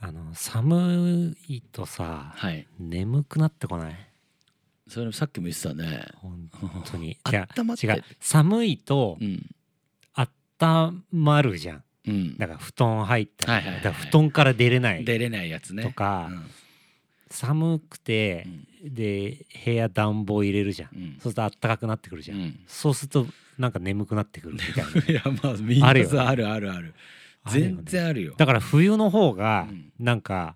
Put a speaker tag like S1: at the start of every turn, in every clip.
S1: あの寒いとさ、
S2: はい
S1: 眠くなってこない
S2: それさっきも言ってたね
S1: 本当に
S2: あ
S1: いや
S2: 温まって
S1: 違う寒いと
S2: うん
S1: 温まるじゃん
S2: うん
S1: だから布団入ったら,、
S2: はいはいはい
S1: だから布団から出れない
S2: 出れないやつね
S1: とか、
S2: うん
S1: 寒くて
S2: う、ん
S1: で部屋暖房入れるじゃん、
S2: うん
S1: そうすると暖かくなってくるじ
S2: う
S1: ゃん、
S2: ん
S1: そうするとなんか眠くなってくるみたいな
S2: いやまあみん
S1: ある
S2: な
S1: よね
S2: さあるあるある
S1: あるよね
S2: 全然あるよ
S1: だから冬の方が
S2: うん
S1: なんか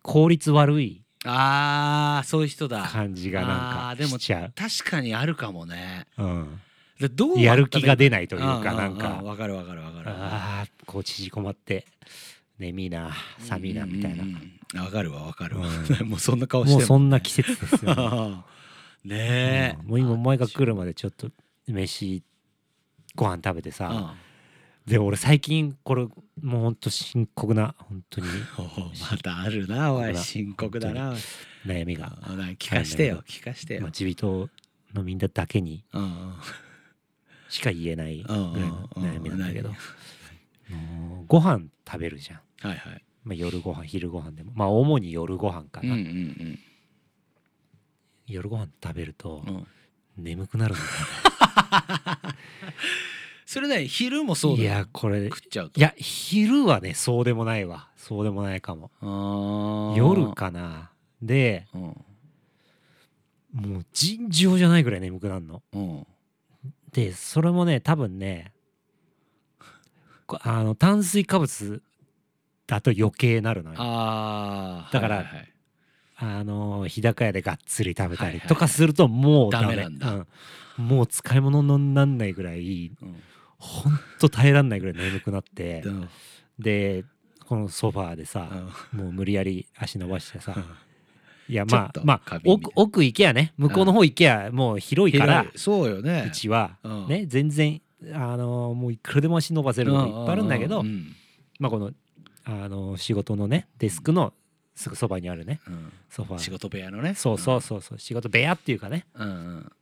S1: 効率悪い
S2: あーそういう人だ
S1: 感じがなん
S2: あー
S1: か
S2: で
S1: し
S2: も
S1: ちゃ
S2: 確かにあるかもね
S1: う、うん、
S2: でどう
S1: やる気が
S2: 出
S1: 出ないというかなんか
S2: わかるわかるわかる
S1: ああこう縮こまって眠いな寒いなみたいな
S2: うんうんうんわかるわわかるわ、
S1: う
S2: もうそんな顔して
S1: もうそ
S2: ん
S1: んな季節ですよ、ね
S2: ねえ、
S1: うんもう今お前が来るまでちょっと飯ご飯食べてさ、
S2: あ
S1: で俺最近これもうほんと深刻な本当に
S2: おう またあるなおい
S1: 深
S2: 深
S1: 刻
S2: 刻
S1: だ
S2: だな
S1: 悩みが
S2: あなんか聞かして
S1: あ
S2: よ聞かして
S1: まあ
S2: よ、
S1: 自民党のみんなだけに
S2: うん
S1: しか言えないぐらい
S2: うんうん
S1: の
S2: うん
S1: 悩みなんだけど
S2: 何
S1: もうご飯食べるじゃん、
S2: はいはい
S1: まあ、夜ご飯昼ご飯でもまあ主に夜ご飯か
S2: うん
S1: な、
S2: うん
S1: 夜ご飯食べると
S2: うんうん
S1: 眠くなるんだよ
S2: それね昼も そうだ
S1: い
S2: よ
S1: やこれい
S2: 食っちゃうと
S1: や昼はねそうでもないわそうでもないかも
S2: あー
S1: 夜かなで
S2: うん
S1: もう尋常じゃないぐらい眠くなるの
S2: うん
S1: でそれもね多分ねこあの炭水化物だと余計なるのよあ
S2: あー
S1: だから
S2: はいはいはい
S1: の日高屋でがっつり食べた
S2: はいは
S1: り
S2: いはい
S1: とかするともうダメ,、
S2: ダメなんだ
S1: うんもう使い物になんないぐらい
S2: うん
S1: ほんと耐えらんないぐらい眠くなって
S2: うんうん
S1: でこのソファーでさもう無理やり足伸ばしてさいやま
S2: ち
S1: あ
S2: ょっと
S1: まあ
S2: 過敏に
S1: 奥奥行けばね向こうの方行けばもう広いから
S2: 広いそうよね
S1: うちは
S2: うん
S1: ね全然あのもういくらでも足伸ばせるのがいっぱいあるんだけど
S2: ううん
S1: まあこのあの仕事のねデスクのすぐそばにあるね
S2: うん
S1: ソファー
S2: 仕事部屋のね
S1: そうそうそうそう仕事部屋っていうかね
S2: うん うん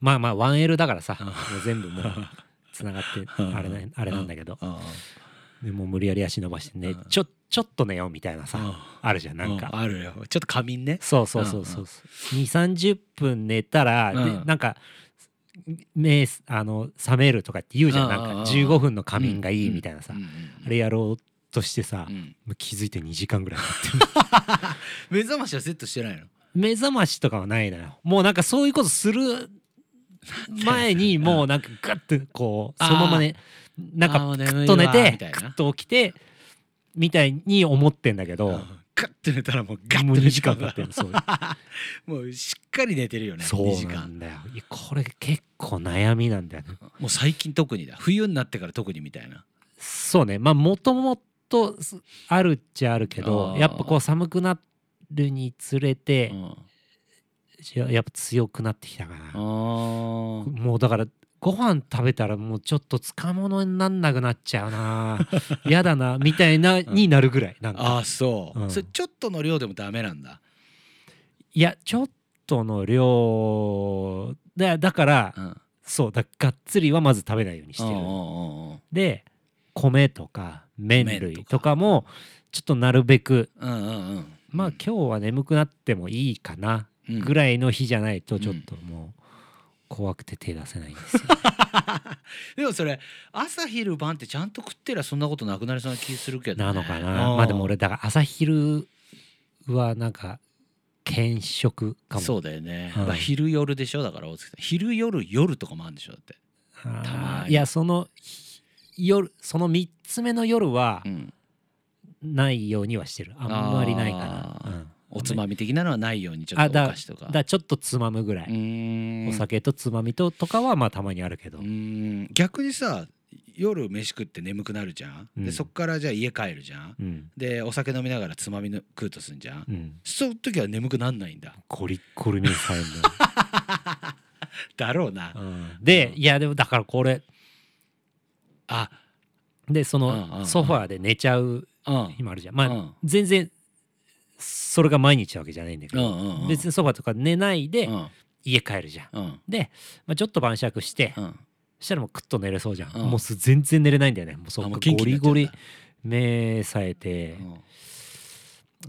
S1: まあまあ 1L だからさ
S2: うん
S1: もう全部もう つながって
S2: うん
S1: あれなあれなんだけど
S2: うんうん
S1: でもう無理やり足伸ばしてね
S2: うん
S1: ちょちょっと寝ようみたいなさあるじゃんなん
S2: う
S1: か
S2: あるよちょっと仮眠ね
S1: そうそうそうそう2 3 0分寝たらで
S2: うん
S1: なんか目あの覚めるとかって言うじゃんなん
S2: うんうんう
S1: か
S2: ん
S1: 15分の仮眠がいいみたいなさ
S2: うんうん
S1: あれやろうとしてさ
S2: うんうん
S1: もう気づいて2時間ぐらい
S2: 目覚ましはセットしてないの
S1: 目覚ましとかはないのよもうなんかそういうことする前にもうなんかガッてこう
S2: あー
S1: そのままねなん
S2: あーも
S1: か
S2: う
S1: ク
S2: 眠
S1: ッ
S2: い
S1: と寝
S2: わ
S1: て
S2: み
S1: ク
S2: たいな
S1: ッと起きてみたいに思ってんだけど
S2: う
S1: も
S2: んガッて寝たらもうガッ
S1: う
S2: て
S1: 2
S2: 寝
S1: 時間経ってるそう
S2: もうしっかり寝てるよね2
S1: そう
S2: 時
S1: な
S2: 間
S1: んだよいやこれ結構悩みなんだよね
S2: もう最近特にだ冬になってから特にみたいな
S1: そうねまあもともとあるっちゃあるけど
S2: あー
S1: やっぱこう寒くなるにつれて
S2: うんあ
S1: やっぱ強くなってきたかな
S2: ー
S1: もうだからご飯食べたらもうちょっとつかものになんなくなっちゃう なやだなみたいなになるぐらいなんか
S2: あーそう、
S1: うん
S2: それちょっとの量でもダメなんだ
S1: いやちょっとの量だだから
S2: うんうん
S1: そうだがっつりはまず食べないようにし
S2: う
S1: て
S2: ん
S1: る
S2: うんうん
S1: で米とか麺
S2: 麺
S1: 類
S2: とか
S1: とかもちょっとなるべく
S2: うんうんうん
S1: まあ今日は眠くなってもいいかな
S2: うん
S1: ぐらいの日じゃないとちょっともう怖くて手出せないんです よ
S2: でもそれ朝昼晩ってちゃんと食ってりゃそんなことなくなりそうな気するけど、ね、
S1: なのかなまあでも俺だから朝昼はなんか兼食かも
S2: そうだよね、
S1: うん
S2: まあ昼夜でしょだから大月さん昼夜夜とかもあるんでしょだって、
S1: あー
S2: たまに
S1: いやその日夜その3つ目の夜は
S2: ん、
S1: ないようにはしてるあんまりないかな
S2: あ
S1: う
S2: ー
S1: ん
S2: おつまみ的なのはないようにちょ
S1: あ
S2: っと
S1: だ
S2: お菓子とか
S1: だからちょっとつまむぐらい、
S2: うーん
S1: お酒とつまみととかはまあたまにあるけど、
S2: うーん逆にさ夜飯食って眠くなるじゃん、
S1: うん
S2: でそっからじゃあ家帰るじゃん
S1: うん
S2: でお酒飲みながらつまみの食うとすんじゃん、
S1: うん、
S2: そういう時は眠くなんないんだ
S1: ゴリッゴリにされる
S2: だろうな、
S1: のよ、うんでいやでもだからこれ
S2: あ
S1: でそ
S2: うんうんう
S1: の
S2: ん
S1: ソファーで寝ちゃう
S2: うん
S1: 日もあるじゃんまあ、
S2: うん
S1: 全然それが毎日なわけじゃないんだけ
S2: う
S1: ど、
S2: んうんうん
S1: 別にそばとか寝ないで
S2: うん
S1: 家帰るじゃん、
S2: うん
S1: で、まあ、ちょっと晩酌して、
S2: うん
S1: そしたらもうクッと寝れそうじゃん、
S2: うん
S1: もうす全然寝れないんだよねもうそ
S2: あ
S1: っ
S2: も
S1: か
S2: う元
S1: ゴ
S2: 気に
S1: リ
S2: なっちゃう
S1: ゴ
S2: んだ
S1: リ目さえて、
S2: うん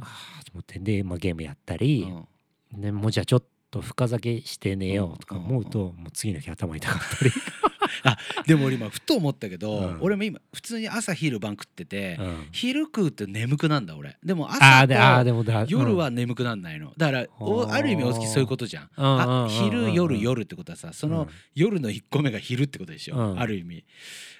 S1: あーと思ってで、まあ、ゲームやったり、
S2: うん
S1: でもうじゃあちょっと深酒して寝ようとか思うと、もう次の日頭痛かったり、
S2: でも俺今ふと思ったけど、
S1: うん
S2: 俺も今普通に朝昼晩食ってて、
S1: うん
S2: 昼食うと眠くなんだ俺でも
S1: あ
S2: 朝
S1: ーであー
S2: と
S1: でもだ
S2: 夜、は眠くなんないのだから
S1: あ
S2: お
S1: ー
S2: ある意味大月そういうことじゃん
S1: うんうんうんうんう
S2: あ
S1: ん
S2: 昼夜夜ってことはさそ
S1: うん
S2: の夜の1個目が昼ってことでしょ、
S1: うん
S2: ある意味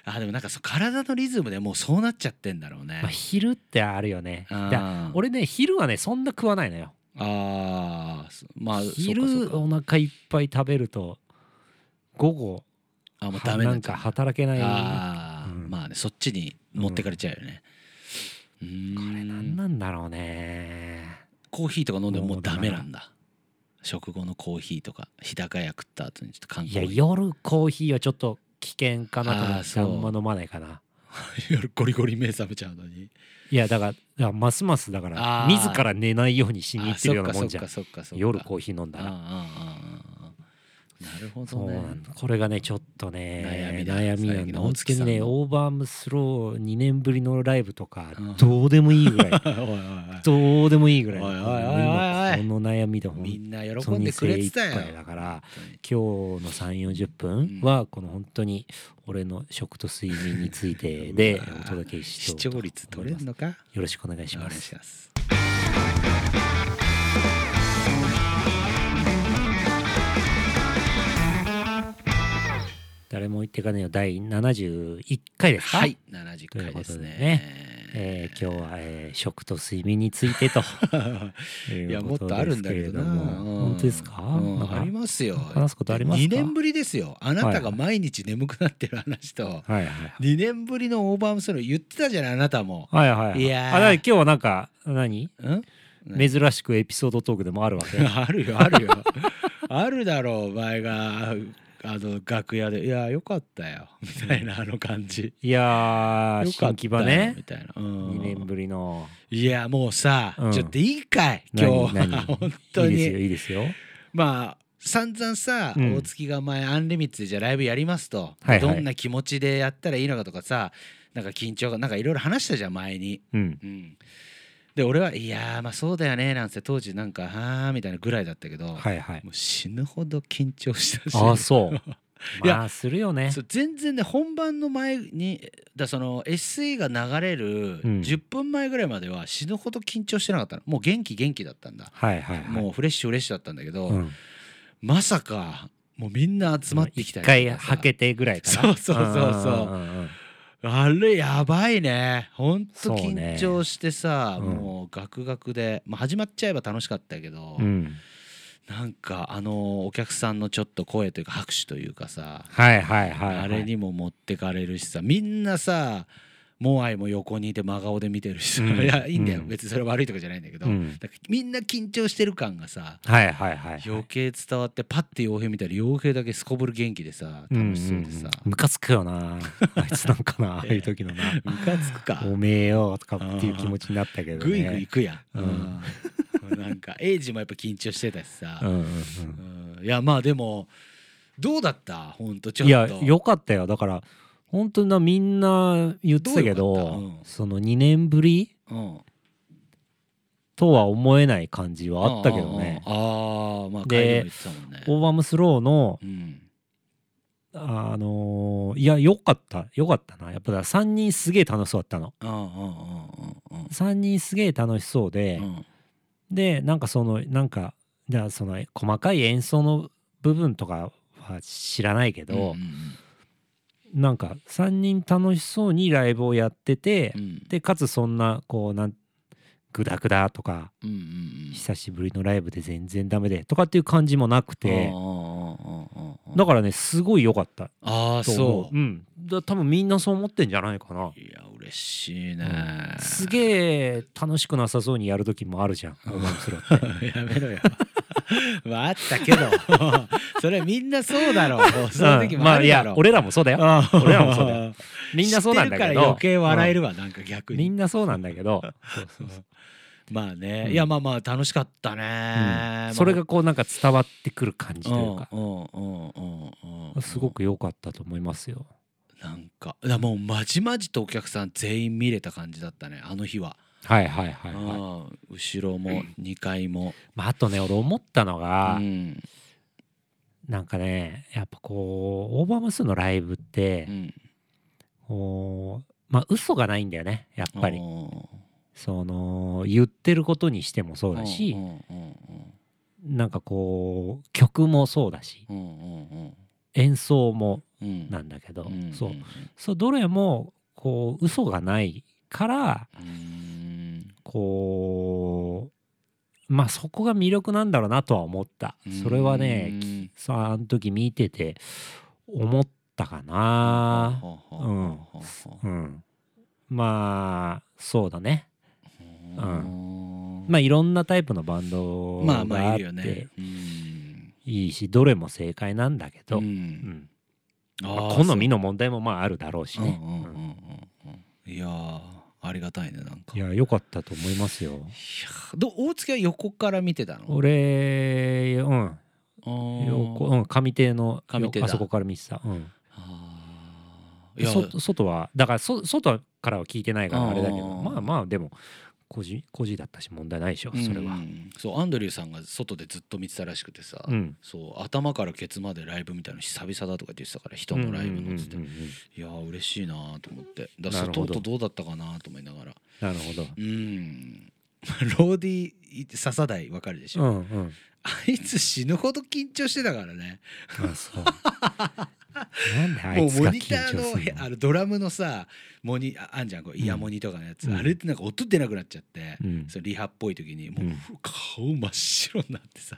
S2: あでもなんかそう体のリズムでもうそうなっちゃってんだろうね
S1: まあ、、昼ってあるよね
S2: あー、
S1: で俺ね昼はねそんな食わないのよ
S2: あーそまあ
S1: 昼
S2: そうかそう
S1: お
S2: か
S1: 腹いっぱい食べると午後
S2: あもう
S1: は
S2: ダメに
S1: な
S2: なっ
S1: ん
S2: ちゃ
S1: か
S2: う
S1: 働けない
S2: あー、
S1: うん
S2: まあねそっちに持ってかれちゃうよね、うーん、
S1: これ何なんだろうね
S2: コーヒーとか飲んでもも
S1: も
S2: う
S1: うダ
S2: ダ
S1: メ
S2: メなんだ食後のコーヒーとか日高屋食った後にちょっと缶コ
S1: いや
S2: ーヒー
S1: 夜コーヒーはちょっと危険かなと思
S2: あー
S1: って
S2: そ
S1: あ
S2: うん
S1: ま飲まないかな
S2: 夜ゴリゴリ目覚めちゃうのに
S1: いやだからだからますますだから
S2: あー
S1: 自ら寝ないようにしに行ってるようなもんじゃ
S2: あ
S1: ん
S2: そっかそっかそっか
S1: 夜
S2: ー
S1: コーヒー飲んだら
S2: なるほ
S1: そ
S2: ど
S1: う
S2: ね
S1: なんだこれがねちょっと
S2: 悩み
S1: ね
S2: だ
S1: 悩みな
S2: 最
S1: ん
S2: 近
S1: だ
S2: の
S1: 本当
S2: 大月
S1: に
S2: さんの
S1: ねオーバームスロー2年ぶりのライブとか
S2: うん
S1: どうでもいいぐらい
S2: おいおいお
S1: どうでもいいぐらい
S2: おいおいおいおい
S1: この悩みで
S2: いみ
S1: 本
S2: んな
S1: 当
S2: 喜ん
S1: に
S2: でくれ
S1: 精
S2: て
S1: 一
S2: たよ
S1: 杯だから
S2: 本当に
S1: 今日の3 4 0分はこの本当に俺の食と睡眠についてでお届けし
S2: 視
S1: ようと
S2: 聴
S1: 思い
S2: 率取れ
S1: ま
S2: ん
S1: す
S2: のか
S1: よろしくお願いし
S2: お願
S1: ま
S2: い
S1: す。
S2: します
S1: 誰も言ってかねえよ第71回ですか、
S2: はい70回ですね
S1: とえー今日は、えー食と睡眠についてと
S2: い
S1: い
S2: や
S1: う
S2: も
S1: こ
S2: っ
S1: と
S2: とあるん
S1: です
S2: だ
S1: け
S2: け
S1: れ
S2: ど
S1: ど
S2: な。
S1: も
S2: うん
S1: 本当ですか,、
S2: うん
S1: なんか
S2: ありますよ。
S1: 話すことありますか
S2: 2年ぶりですよ。あなた
S1: は
S2: が
S1: い
S2: 毎日眠くなってる話と、
S1: はいはい
S2: 2年ぶりのオーバームスロー言ってたじゃないあなたも。
S1: はいはいはい
S2: いやー
S1: あだから今日はなんか何
S2: ん
S1: 珍しくエピソードトークでもあるわけ
S2: あるよあるよ。あるだろうお前があの楽屋で「いやよかったよ」みたいなあの感じ。
S1: いやー
S2: よか
S1: 新
S2: っ
S1: 木
S2: た
S1: 場
S2: よ
S1: ね
S2: みたいな。
S1: 2年
S2: うん
S1: ぶりの
S2: いやもうさ
S1: うん
S2: ちょっといいかい今日
S1: 何
S2: は
S1: 何
S2: 本当
S1: いい
S2: に
S1: です。よいいですよ
S2: まあ散々さ、
S1: うん
S2: 大月が前アンリミッツでじゃあライブやりますと、
S1: はいはい
S2: どんな気持ちでやったらいいのかとかさなんか緊張がなんかいろいろ話したじゃん前に。
S1: うん
S2: うん、で俺はいやーまあそうだよねなんて当時なんかはあみたいなぐらいだったけど、
S1: はいはい
S2: もう死ぬほど緊張したし
S1: ああそう
S2: いや
S1: まあするよね
S2: そう全然ね本番の前にだその SE が流れる
S1: うん
S2: 10分前ぐらいまでは死ぬほど緊張してなかったのもう元気元気だったんだ、
S1: はいはいはい
S2: もうフレッシュフレッシュだったんだけど。
S1: うん
S2: まさかもうみんな集まってきた
S1: 一
S2: りとかさ
S1: 回はけてぐらいかな
S2: そうそうそうそうん
S1: んんんん
S2: あれやばいねほん
S1: そ
S2: と
S1: うね
S2: 緊張してさ、
S1: うん
S2: もうガクガクで、まあ、始まっちゃえば楽しかったけど、
S1: うん
S2: なんかあのお客さんのちょっと声というか拍手というかさ、
S1: はいはいはいはい
S2: あれにも持ってかれるしさみんなさモアイも横にいて真顔で見てるしさ、
S1: うん
S2: いやいいんだよ、
S1: うん
S2: 別にそれ悪いとかじゃないんだけど、
S1: うん
S2: なんかみんな緊張してる感がさ
S1: はいはいはい
S2: 余計伝わってパッて傭兵見たら傭兵だけすこぶる元気でさ楽しそうでさ、
S1: ムカつくよなあいつなんか なああいう時のな
S2: ムカつくか
S1: おめえよとかっていう気持ちになったけどね
S2: グイグイ行くやん、
S1: う
S2: うんん、なん かエイジもやっぱ緊張してたしさ
S1: う、んうん
S2: うんいやまあでもどうだったほんとち
S1: う
S2: ょ
S1: んいや
S2: っと
S1: よかったよだから本当になみんな言ってたけど
S2: どうよかったうん
S1: その2年ぶり
S2: うん
S1: とは思えない感じはあったけどね
S2: ああまあ
S1: で
S2: 帰りも言ってたもんね
S1: オーバームスローの
S2: うん
S1: あのーいやよかったよかったなやっぱだ3人すげえ楽しそうだったの
S2: うんうん
S1: 3人すげえ楽しそうで、
S2: うんうんうんうん
S1: でなんかそのなんかじゃあその細かい演奏の部分とかは知らないけど
S2: うん、
S1: なんか3人楽しそうにライブをやってて、
S2: うんうん
S1: でかつそんなこうなんグダグダとか
S2: うんうんうん
S1: 久しぶりのライブで全然ダメでとかっていう感じもなくて
S2: うんうんうんうんうん
S1: だからねすごい良かった
S2: あ
S1: と
S2: あ
S1: 思う
S2: そう
S1: うん、だ多分みんなそう思ってんじゃないかない
S2: や嬉しいね、
S1: すげえ楽しくなさそうにやる時もあるじゃんオーバー ムスローって
S2: やめろよ。 まああったけど それみんなそうだろう。その時
S1: うん
S2: も
S1: ま
S2: あ
S1: あい
S2: るだ
S1: や
S2: ろう。
S1: 俺らもそうだよ
S2: ああ
S1: 俺らもそうだよ。みんなそうなんだ
S2: 知って
S1: け
S2: る
S1: ど
S2: から余計笑えるわ、なんか逆
S1: うんみ
S2: に。
S1: んなそうなんだけ ど
S2: まあね、
S1: うん
S2: いやまあまあ楽しかったね、まあ
S1: それがこうなんか伝わってくる感じというか
S2: うんうんうんうんうん
S1: すごく良かったと思いますよ
S2: なんかだからもうまじまじとお客さん全員見れた感じだったねあの日は、
S1: はいはいはい、はい
S2: うん後ろも2階も、
S1: まあ、あとね俺思ったの
S2: う
S1: が、
S2: ん
S1: なんかねやっぱこうオーバーマスのライブって、
S2: うん、
S1: こうまあ嘘がないんだよねやっぱり
S2: おー
S1: その言ってることにしてもそうだし
S2: うんうん
S1: なんかこう曲もそうだし
S2: うんうんうん
S1: 演奏も
S2: うんうん
S1: なんだけど、
S2: うん
S1: そう
S2: うん
S1: そうどれもこう嘘がないから
S2: うん
S1: こうまあそこが魅力なんだろうなとは思ったそれはね
S2: うん
S1: そうあの時見てて思ったかな
S2: ほほ
S1: う
S2: ほほ
S1: ん
S2: ほほ
S1: うんまあそうだね
S2: ほ
S1: まあいろんなタイプのバンド
S2: まあま
S1: が
S2: あ
S1: あっ
S2: いるよね
S1: て
S2: うん
S1: いいしどれも正解なんだけど、
S2: う
S1: うんん
S2: あ
S1: まあ
S2: ー
S1: 好みの問題もまああるだろうし
S2: そううん
S1: ね、
S2: うんうんうんうんいやーありがたいねなんか
S1: いや良かったと思いますよ
S2: いやど大月は横から見てたの
S1: 俺うん
S2: あー
S1: 横うん上手の
S2: 上手だ
S1: あそこから見てた、うん、
S2: あーいや
S1: 外外はだからそ外からは聞いてないからあれだけど
S2: あー
S1: まあまあでも個人個人だったし問題ないでしょそれは
S2: うんそうアンドリューさんが外でずっと見てたらしくてさ、
S1: うん
S2: そう頭からケツまでライブみたいなの久々だとか言ってたから人のライブのっつって、
S1: うんうんうんうん
S2: いやー嬉しいなーと思ってだ
S1: なるほ
S2: 外
S1: ど
S2: とどうだったかなーと思いながら
S1: なるほど
S2: うん ローディー笹台わかるでしょ、
S1: うんうん
S2: あいつ死ぬほど緊張してたからね
S1: あそうなんであ
S2: も
S1: いうつ
S2: モ
S1: が
S2: ニ
S1: 緊
S2: タ
S1: 張
S2: ーの
S1: す
S2: へ
S1: る
S2: あ
S1: の
S2: のドラムのさモニああんじゃんこうイヤモニとかのやつ、
S1: うん
S2: あれってなんか音出なくなっちゃって、
S1: うん
S2: そのリハっぽい時にもう、
S1: うん
S2: 顔真っ白になってさ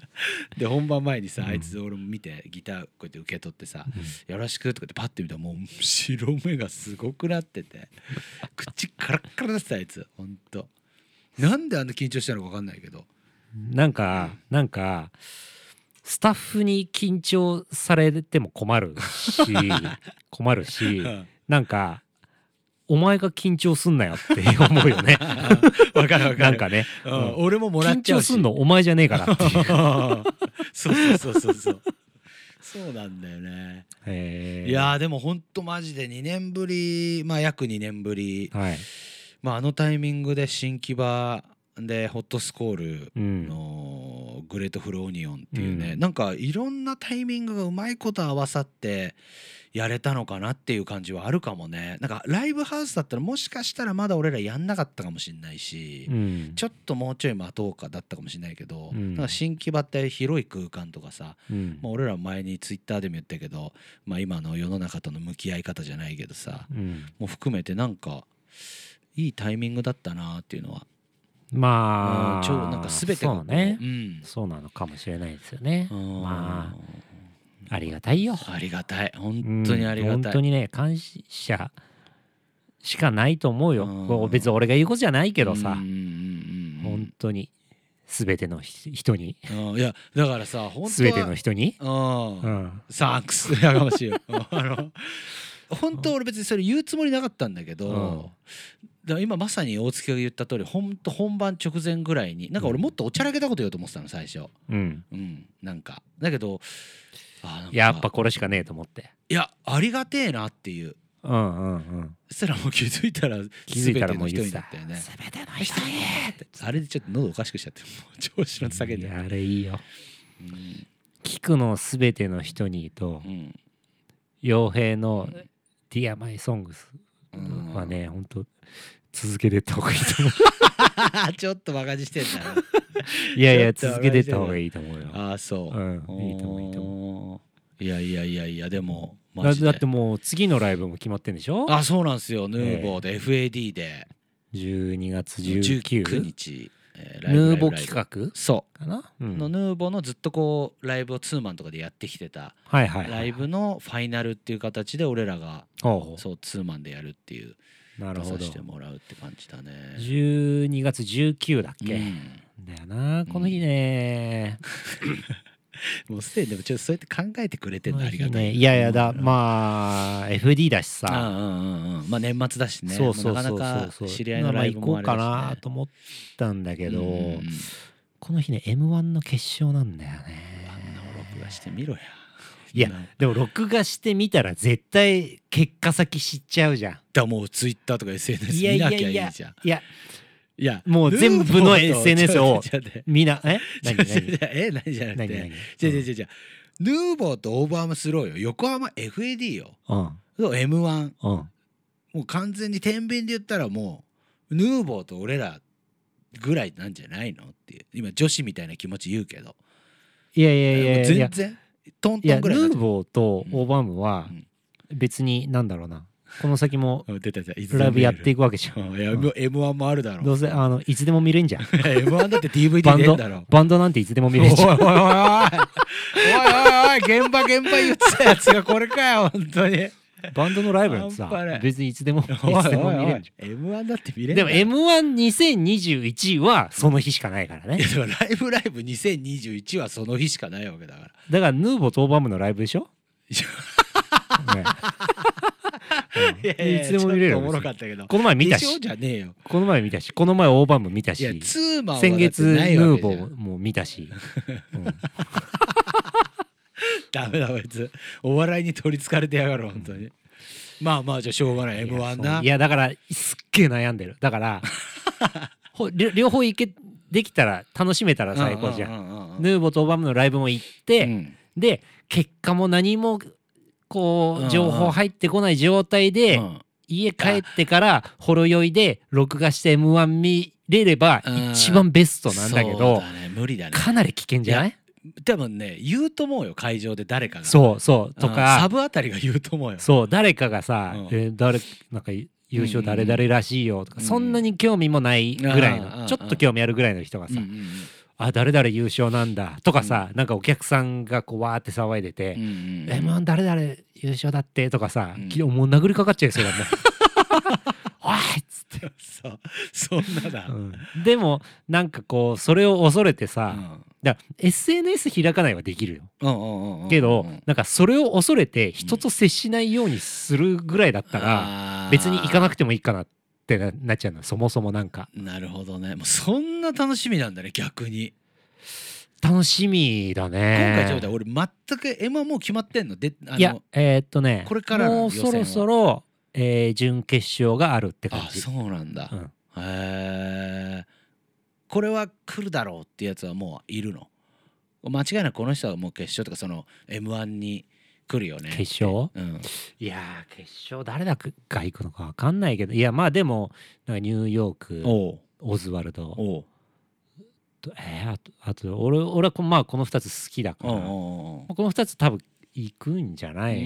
S2: で本番前にさ
S1: うん
S2: あいつ俺も見てギターこうやって受け取ってさ「よろしく」とかってパッて見たらもう白目がすごくなってて 口カラッカラだってたあいつほんとなんであんな緊張したのか分かんないけど
S1: なんかなんかスタッフに緊張されても困る し困るし
S2: うん
S1: なんかお前が緊張すんなよって思うよ ね
S2: 分かる分かる
S1: なんかね
S2: うん
S1: うん
S2: 俺ももらっ
S1: 緊
S2: ちゃ
S1: 張
S2: うし
S1: すんのお前じゃねえからっていう
S2: そうそうそうそうそう そうなんだよね、
S1: へー
S2: いやーでもほんとマジで2年ぶりまあ約2年ぶり、
S1: はい、
S2: まあ、あのタイミングで新木場でホットスコール
S1: うん、
S2: のグレートフルオニオンっていうね、
S1: うん
S2: なんかいろんなタイミングがうまいこと合わさってやれたのかなっていう感じはあるかもねなんかライブハウスだったらもしかしたらまだ俺らやんなかったかもしんないし、
S1: うん
S2: ちょっともうちょい待とうかだったかもしれないけど、
S1: うん
S2: なんか新木場って広い空間とかさ、
S1: うん
S2: まあ、俺ら前にツイッターでも言ったけど、まあ、今の世の中との向き合い方じゃないけどさ
S1: うん
S2: もう含めてなんかいいタイミングだったなっていうのは、
S1: ま
S2: うん
S1: あ、
S2: ちょうどなんか全てが
S1: そ
S2: こ
S1: うね
S2: う、ん
S1: そうなのかもしれないですよね
S2: うん
S1: まあありがたいよ
S2: ありがたい本当にありがたい、
S1: うん本当にね感謝しかないと思うよ
S2: うん
S1: こう別に俺が言うことじゃないけどさ
S2: うんうんうんうん
S1: 本当に全てのひ人に
S2: うんいやだからさ本当
S1: 全ての人に
S2: はうん
S1: うん
S2: サン クスやかましいよあの本当俺別にそれ言うつもりなかったんだけど、
S1: うん
S2: だから今まさに大月が言った通り本当本番直前ぐらいになんか俺もっとおちゃらけたこと言おうと思ってたの最初
S1: うん
S2: うんなんかだけどあなんか
S1: やっぱこれしかねえと思って
S2: いやありがてえなっていう
S1: うんうんうん
S2: そしたらもう気づいたら
S1: 気づいたら
S2: 全て
S1: も
S2: の
S1: う
S2: 人
S1: 言っ
S2: に
S1: て
S2: な
S1: た
S2: ったよね
S1: 全ての人に
S2: あれでちょっと喉おかしくしちゃってもう調子のって叫ん
S1: い
S2: で
S1: やあれいいよ
S2: うん
S1: 聞くのすべての人にと
S2: うん
S1: 傭兵の「Dear My Songs
S2: うん」
S1: はね本当続けてった方がいいと思
S2: ちょっとバカにしてんだな
S1: ういやいや
S2: ちょっと
S1: 続けてった方がいいと思うよ
S2: ああそう、
S1: うんいいと思ういいと
S2: 思ういやいやいやいやでもマ
S1: だ
S2: ジで
S1: だってもう次のライブも決まってんでしょ
S2: あそうなんですよヌーボーで FAD で
S1: 12月
S2: 19
S1: 19
S2: 日、えーライブ
S1: ヌーボ
S2: ライブライ
S1: 企
S2: ブ
S1: 画
S2: そ
S1: かな、う
S2: う、
S1: ん
S2: のヌーボーのずっとこうライブをツーマンとかでやってきてた
S1: はいはいはい
S2: ライブのファイナルっていう形で俺らが
S1: ほうほ
S2: そうツーマンでやるっていう
S1: うなる
S2: 出
S1: ほ
S2: さ
S1: ど
S2: せてもらうって感じだね。
S1: 12月19だっけ、
S2: うん
S1: だよなこの日ね、
S2: もうすでにでもちょっとそうやって考えてくれてる
S1: こ
S2: の
S1: の
S2: あ
S1: 日
S2: りがた
S1: ね
S2: い。
S1: いやいやだ
S2: あ
S1: まあ FD だしさ
S2: うんうんうんうんまあ年末だしね。
S1: そうそうそうそう
S2: もうなかなか知り合いの
S1: ま
S2: ラ
S1: あ
S2: イ
S1: 行
S2: ブ
S1: こ
S2: もあ
S1: う
S2: れだ
S1: か
S2: しね
S1: なと思ったんだけど、
S2: うんうんうん
S1: この日ね m 1の決勝なんだよね
S2: あんなも録画してみろや。
S1: いや
S2: な
S1: でも録画してみたら絶対結果先知っちゃうじゃん
S2: だもうツイッターとか SNS
S1: いや
S2: 見
S1: いや
S2: ないき
S1: や
S2: ゃいいじゃん
S1: いや
S2: いや
S1: もう全部の SNS を
S2: ちょっと待って
S1: みんな え何
S2: ちょっと待っ
S1: 何
S2: てえ何じゃなく
S1: 何
S2: て
S1: 何
S2: じゃじゃじゃじゃヌーボーとオーバームスローよ横浜 FAD よ
S1: うん
S2: そう M1
S1: うんうん
S2: もう完全に天秤で言ったらもうヌーボーと俺らぐらいなんじゃないのっていう今女子みたいな気持ち言うけど
S1: いやいやいや
S2: もう
S1: いや
S2: 全然トン
S1: い
S2: ト
S1: や
S2: ン
S1: ヌ
S2: ぐらいになっ
S1: ー
S2: ちゃう
S1: ボーとオーバームは
S2: うん
S1: 別になんだろうなこの先 も
S2: うん出た出たいつでも
S1: ライブやってい
S2: く
S1: くわけじゃん
S2: M1 もあるだろ
S1: どうせあのいつでも見れんじゃん
S2: M1 だって DVD 出んだろ
S1: バンドなんていつでも
S2: おい
S1: 見
S2: おいおい
S1: れん
S2: おい
S1: じゃん
S2: おいおい現場現場言ってたやつがこれかよ本当に
S1: バンドのライブなんてさ
S2: 半端ない
S1: 別にいつでもいつ
S2: おいおい
S1: でも見
S2: お
S1: れん
S2: い
S1: じ
S2: M1 だって見
S1: ゃ
S2: れ
S1: ん
S2: んだ
S1: で
S2: ろ
S1: も m 1 2 0 2 1はその日しかないから
S2: い
S1: ね
S2: やでもライブライブ2021はその日しかないわけだから
S1: だからヌーボーとオーバームのライブでしょねうん
S2: やや
S1: いつでも見れるよ
S2: ちょっとおもろ
S1: 別
S2: か
S1: に
S2: ったけど
S1: この前見た
S2: でしょ
S1: し
S2: じゃねえよ
S1: この前見たしこの前オーバーム見た
S2: いや
S1: し
S2: ツーマンは
S1: 先月ヌ
S2: だってないわ
S1: ー
S2: けじゃ
S1: ボ
S2: ん
S1: ーも見たし、うん
S2: ダメだこいつお笑いに取りつかれてやがる本当に、まあまあじゃあしょうがない M1
S1: いやそ
S2: な
S1: ういやだからすっげえ悩んでるだから ほ両両方行けできたら楽しめたら最高じゃん,、
S2: ん
S1: ヌーボーとオーバームのライブも行って、
S2: うん
S1: で結果も何もこ
S2: うんう
S1: うん情報入ってこない状態で、
S2: うん
S1: 家帰ってからほろ酔いで録画して m 1見れれば
S2: うん
S1: 一番ベストなんだけ
S2: そう
S1: ど、
S2: だね無理だね
S1: かなり危険じゃない
S2: 多分ね言うと思うよ会場で誰かが
S1: そうそうと
S2: うんサ
S1: か
S2: ブあたりが言うと思うよ
S1: そう誰かがさ、
S2: うん
S1: えー誰なんか優勝誰々らしいよとか、
S2: うん
S1: そんなに興味もないぐらい
S2: うんうんう
S1: の
S2: ん
S1: ちょっと興味あるぐらいの人がさ、
S2: うんうんうん
S1: あ誰々優勝なんだとかさ、なんかお客さんがこうわーって騒いでて、
S2: うんうん
S1: えもう誰々優勝だってとかさ、
S2: うん
S1: きもう殴りかかっちゃいそうだ もん。おいっつって、
S2: そうそんなだ、
S1: うんでもなんかこうそれを恐れてさ、だから SNS 開かないはできるよ
S2: うんうんうんうんうん
S1: けど、なんかそれを恐れて人と接しないようにするぐらいだったら、
S2: ら
S1: 別に行かなくてもいいかなってななっちゃうのそもそもなんか
S2: なるほどねもうそんな楽しみなんだね逆に、
S1: 楽しみだ
S2: 今
S1: ね
S2: 回ちょうだい俺全く M はもう決まってんのであの
S1: いやえーっとね
S2: これからなの
S1: もう
S2: 予選
S1: そろそ
S2: は
S1: ろ、えー準決勝があるって感
S2: あ
S1: じ
S2: そうなんだ、
S1: うん
S2: へえこれは来るだろうってやつはもういるの間違いなくこの人はもう決勝とかその m 1に来るよね
S1: 決勝
S2: うん
S1: いやー決勝誰だが行くのか分かんないけどいやまあでもなんかニューヨーク
S2: おう
S1: オズワルド
S2: おう
S1: とえーあとあと俺俺はこ,、まあ、この2つ好きだか
S2: お
S1: ら、
S2: うおう
S1: ま
S2: おう
S1: あこの2つ多分行くんじゃない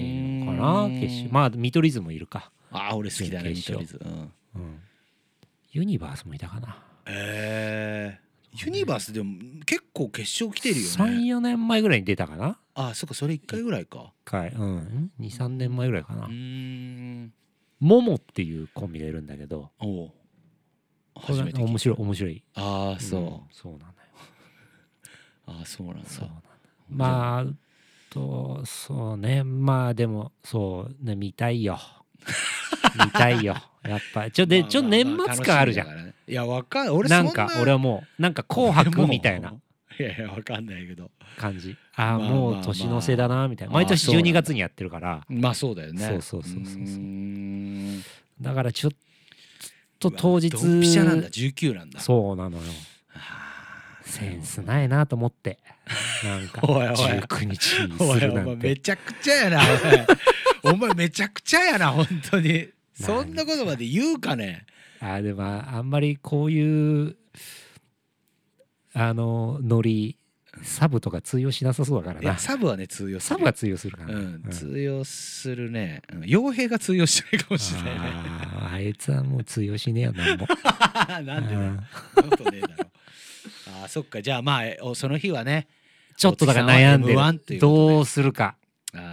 S1: のか
S2: う
S1: な
S2: ーん
S1: 決勝まあ見取り図もいるか、
S2: あ俺好きだね見
S1: 決勝
S2: 取り図うん
S1: うん、ユニバースもいたかな
S2: へえユニバースでも結構決勝来てるよね
S1: 34年前ぐらいに出たかな
S2: あそっかそれ1回ぐらいか
S1: 一回うん23年前ぐらいか
S2: う
S1: な、
S2: ーん
S1: モモっていうコンビがいるんだけど
S2: おう
S1: これ
S2: 初
S1: は
S2: めて聞いた
S1: 面白い面白い
S2: ああそう、
S1: んそうなんだよ
S2: ああそうなんだ
S1: そうなんだまああとそうねまあでもそうね見たい よ見たいよやっぱちょで
S2: まあ
S1: ちょ
S2: まあ
S1: 年
S2: まあ
S1: 末感あるじゃん、
S2: 楽しみだからねいやわかん俺
S1: な
S2: そん
S1: んか俺はもうなんか「紅白」みたい
S2: 俺
S1: な
S2: も いやいやわかんないけど
S1: 感じああ
S2: まあ
S1: もう年の瀬だなみたいな
S2: まあ
S1: 毎年
S2: あーそうなん
S1: 12
S2: だ
S1: 月にやってるから
S2: まあそうだよね
S1: そうそうそうそうそう
S2: ーん
S1: だからちょっと
S2: うわ
S1: 当日
S2: ドンピシャなんだ19なんだ
S1: そうなのよ
S2: あー
S1: センスないなと思っ てなんか
S2: おいおい
S1: 19日に
S2: お
S1: す
S2: い
S1: る
S2: お
S1: な
S2: 前
S1: ん
S2: め
S1: て
S2: ちゃくちゃやなおいお前めちゃくちゃやな本当にそんなことまで言うかね
S1: あーでもあんまりこういうあのノリサブとか通用しなさそうだから
S2: いや
S1: な
S2: サブはね通用す
S1: サ
S2: る
S1: ブが通用するから
S2: う
S1: な、
S2: ん通用するねうん傭兵が通用しないかもしれないね
S1: あーあいつはもう通用しねえよなん も
S2: なんでだ
S1: う
S2: よ
S1: ん
S2: そんなことねえだろあーそっかじゃあまあえおその日はね
S1: ちょっとだから悩んで
S2: お月さんは M1 とい
S1: る
S2: うことで
S1: どうするか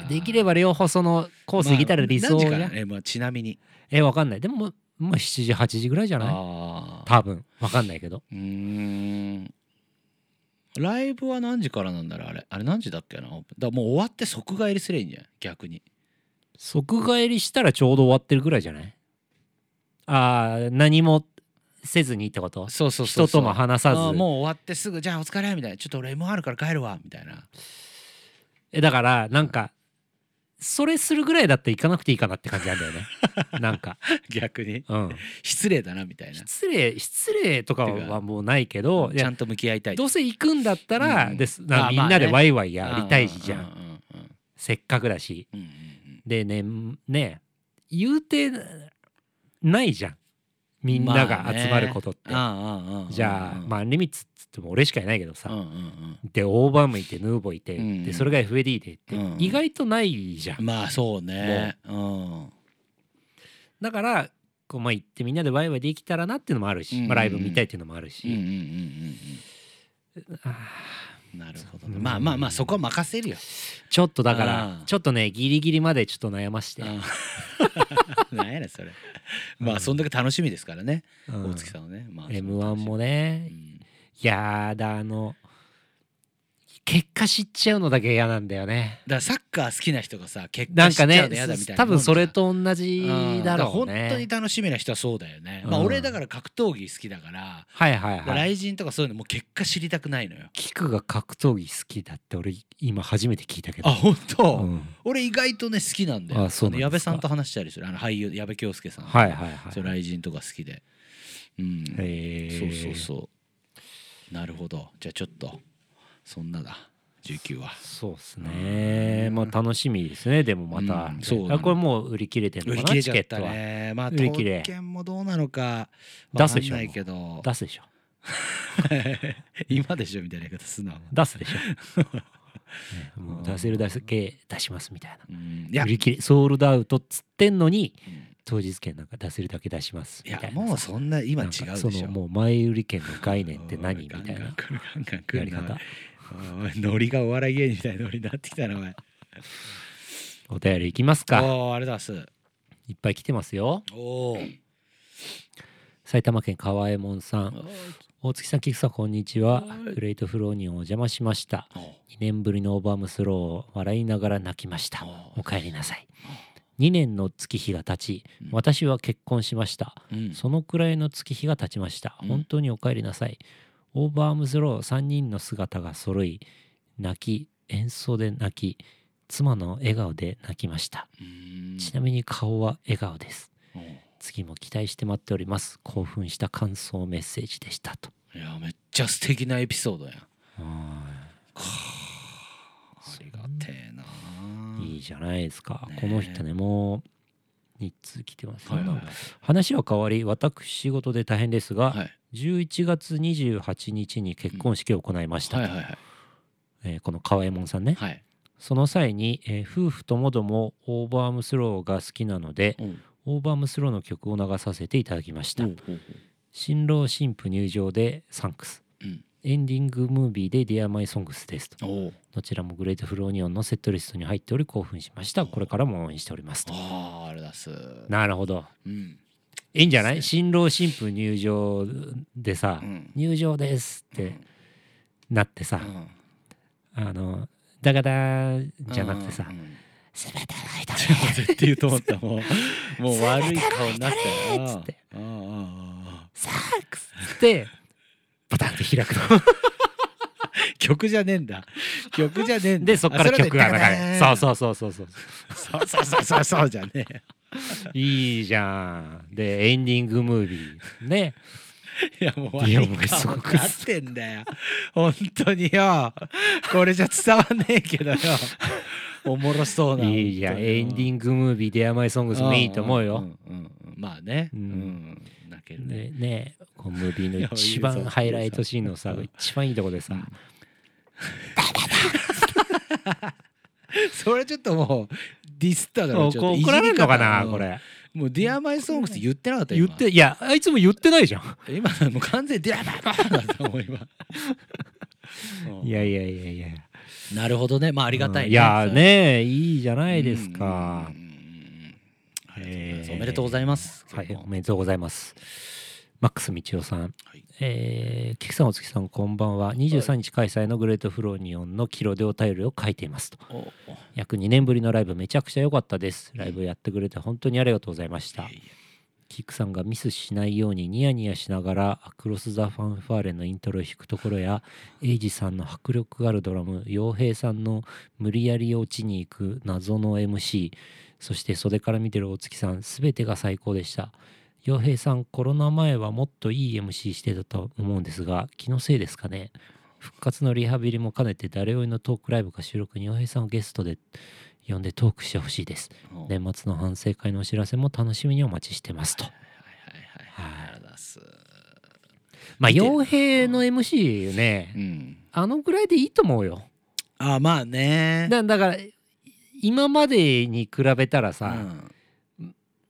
S1: できれば両方そのコース行けたら理想
S2: じ
S1: じ
S2: ゃ
S1: ゃん、
S2: ん、えまあ、ちなみに
S1: えわかんないでももうまあ7時8時ぐらいじゃない
S2: ああ
S1: 多分わかんないけど
S2: うーんライブは何時からなんだろうあれあれ何時だっけなオープンだからもう終わって即帰りすればいいんじゃない逆に
S1: 即帰りしたらちょうど終わってるぐらいじゃないああ何もせずにってこと
S2: そうそうそうそう
S1: 人とも話さず
S2: あーもう終わってすぐじゃあお疲れみたいなちょっと俺 M あるから帰るわみたいな
S1: えだからなんかそれするぐらいだって行かなくていいかなって感じなんだよ ねなんか、
S2: 逆に
S1: うん、
S2: 失礼だなみたいな
S1: 失礼失礼とかはもうないけどい
S2: ちゃ
S1: や
S2: んと向き合いたい
S1: どうせ行くんだったら、
S2: うん
S1: ですな
S2: あ
S1: み
S2: まあ
S1: ん
S2: ね
S1: なでワイワイ
S2: う
S1: やりたいじゃん、
S2: ん
S1: せっかくだし
S2: うんうんうんうん
S1: でねね言うてないじゃんみんなが集まることって、
S2: うんああああ
S1: じゃあ、ま
S2: あ
S1: あアンリミッツっつっても俺しかいないけどさ、
S2: うんうんうん
S1: でオーバームいてヌーボーいて、
S2: うん
S1: でそれが FAD でって、
S2: うん
S1: 意外とないじゃん、
S2: まあそうねうん
S1: だからこうまあ行ってみんなでワイワイできたらなっていうのもあるし、
S2: うん
S1: まあ、ライブ見たいっていうのもある
S2: うんうんうん
S1: し、あー
S2: うんなるほどねまあまあまあそこは任せるよ
S1: ちょっとだか
S2: あ
S1: ら
S2: ー
S1: ちょっとねギリギリまでちょっと悩まして、
S2: うん なんやねんそれまあそんだけ楽しみですからね
S1: うん
S2: 大月さんはねまあ
S1: m 1もね
S2: ね
S1: いやーだあの結果知っちゃうのだけ嫌なんだよね
S2: だからサッカー好きな人がさ結
S1: な
S2: 果
S1: ん
S2: 知っ
S1: か
S2: ちゃ
S1: ね
S2: うのやだみたいな
S1: 多分それ
S2: もんじ
S1: と同じ
S2: ゃん
S1: だろう
S2: うんから本当
S1: ね
S2: に楽しみな人はそうだよね、まあ
S1: うん
S2: 俺だから格闘技好きだから
S1: はいはいはい
S2: 雷神とかそういうのもう結果知りたくないのよ
S1: キクが格闘技好きだって俺今初めて聞いたけど
S2: あ本当、
S1: うん
S2: 俺意外とね好きなんだよ
S1: あそうなんですか
S2: 矢部さんと話したりするあの俳優矢部恭介さん、
S1: はいはいはい
S2: そう雷神とか好きでうん、
S1: えー
S2: そうそうそうなるほどじゃあちょっとそんなだ19は
S1: そうっすね
S2: うん
S1: まあ楽しみですねでもまた、
S2: うんそうだね
S1: あこれもう売り切れてる
S2: 売
S1: の
S2: り
S1: か
S2: 切
S1: な
S2: れ
S1: チ
S2: ち
S1: ケ
S2: ゃっ
S1: ット
S2: た
S1: は
S2: ねまあ
S1: 売り切れ
S2: 刀剣もどうなのか
S1: 出
S2: わ
S1: す
S2: か
S1: で
S2: ん
S1: しょ
S2: ないけど
S1: 出すでしょ
S2: 今でしょみたいな言い方すな、
S1: 出すでしょ、 ねもう出せるだけ出しますみたいな
S2: うん、いや
S1: 売り切れソールドアウトっつってんのに
S2: うん
S1: 当日券なんか出せるだけ出します
S2: い
S1: みたい
S2: や
S1: な
S2: もうそんな今
S1: な
S2: 違うんで
S1: か
S2: し
S1: そ
S2: ょ
S1: のもう前売り券の概念って何みたい
S2: ガンガン
S1: な
S2: 来るガンガン来
S1: や
S2: る
S1: り
S2: な
S1: 方
S2: おいノリがお笑い芸人みたいなノリになってきたなお前
S1: お便りいきますか
S2: おーあれだっす
S1: いっぱい来てますよ
S2: おー
S1: 埼玉県川右衛門さ
S2: お
S1: ん
S2: ー
S1: 大月さん菊さんこんにちは
S2: はい
S1: グレートフローニオンお邪魔しました2年ぶりのオーバームスローを笑いながら泣きました
S2: あー
S1: お帰りなさい2年の月日が経ち
S2: うん
S1: 私は結婚しました
S2: うん
S1: そのくらいの月日が経ちました
S2: うん
S1: 本当にお帰りなさいオーバームスロー3人の姿が揃い泣き演奏で泣き妻の笑顔で泣きました
S2: うん
S1: ちなみに顔は笑顔です
S2: おー
S1: 次も期待して待っております興奮した感想メッセージでしたと
S2: いやめっちゃ素敵なエピソードやんありがてえない
S1: いじゃないですか、
S2: ねえ
S1: この人ねもう2通来てますよ、
S2: はいはい
S1: 話は変わり私仕事で大変ですが、
S2: はい
S1: 11月28日に結婚式を行いました、
S2: はいはいはい
S1: えーこの川右衛門さんね、
S2: はい
S1: その際に、えー夫婦ともどもオーバームスローが好きなので
S2: うん
S1: オーバームスローの曲を流させていただきました、
S2: うん
S1: 新郎新婦入場でサンクス
S2: うん
S1: エンディングムービーで「Dear My Songs」ですと
S2: おー
S1: どちらもグレートフルオニオンのセットリストに入っており興奮しましたこれからも応援しておりますと
S2: あーあれだっす
S1: なるほど
S2: うん
S1: いいんじゃな
S2: で
S1: い新郎新婦入場でさ、
S2: うん
S1: 入場ですっ
S2: う
S1: て
S2: ん
S1: なってさ、
S2: うん
S1: あのダガダじゃなくてさ
S2: うんうん
S1: 「すべての人
S2: ちょっと
S1: に
S2: 絶対言うと思ったもうもう悪い顔になった
S1: 全ての人
S2: よ
S1: に
S2: な
S1: っつって
S2: うんうんうんうん
S1: サックス」っつ ってバタンって開くの。
S2: 曲じゃねえんだ曲じゃねえんだ
S1: でそっから曲が流れるそう
S2: う
S1: そうそうそうそう
S2: そうそうそうそうそうじゃね
S1: いいじゃんでエンディングムービーね
S2: えいやもう
S1: い
S2: 悪
S1: や
S2: い
S1: もうす
S2: 顔
S1: ご
S2: に
S1: く
S2: なってんだよ本当によこれじゃ伝わんねえけ どよおもろそうない
S1: いじゃんエンディングムービー「Dear My Songs」もいいと思うよ、
S2: んんんうんまあねう
S1: うん
S2: ん泣けるね
S1: ねねこうムービー
S2: い
S1: の
S2: や
S1: 一
S2: いい
S1: 番
S2: ぞ
S1: ハイライトシーンのさ
S2: いいぞ
S1: 一番いいとこでさ、
S2: うんそれちょっともうディスっただろ
S1: お
S2: ちょっと
S1: 怒られるのか
S2: いじり
S1: な
S2: 方
S1: これ
S2: もう「ディアマイソングス言ってなかった
S1: 言
S2: 今
S1: っていやあいつも言ってないじゃん
S2: 今もう完全に「ディアマイソングス」だったもん 今うん
S1: いやいやいやいや
S2: なるほどねまあありがた
S1: う
S2: い、ね
S1: んいや
S2: そう
S1: ねいいじゃないですか
S2: うんうんうんありがとうございま
S1: え
S2: す
S1: ー
S2: おめでとうございます
S1: はいおめでとうございますマックス道夫さん、
S2: はい
S1: えー、菊さんお月さんこんばんは23日開催のグレートフローニオンのキロでお便りを書いていますと
S2: おお
S1: 約2年ぶりのライブめちゃくちゃ良かったですライブやってくれて本当にありがとうございました
S2: いやいや
S1: 聞キックさんがミスしないようにニヤニヤしながら「アクロス・ザ・ファンファーレ」のイントロを弾くところやエイジさんの迫力あるドラム洋平さんの無理やり落ちに行く謎の MC そして袖から見てる大月さん全てが最高でした洋平さんコロナ前はもっといい MC してたと思うんですが気のせいですかね復活のリハビリも兼ねて誰よりのトークライブか収録に洋平さんをゲストで呼んでトークしてほしいです
S2: うん
S1: 年末の反省会のお知らせも楽しみにお待ちしてますと。
S2: はいはいはいはいありがとうございます
S1: まあ、
S2: 見てる
S1: 傭兵の MC ね
S2: う、ん
S1: あのぐらいでいいと思うよ。
S2: あまあね
S1: だだから、今までに比べたら
S2: う
S1: さ、
S2: ん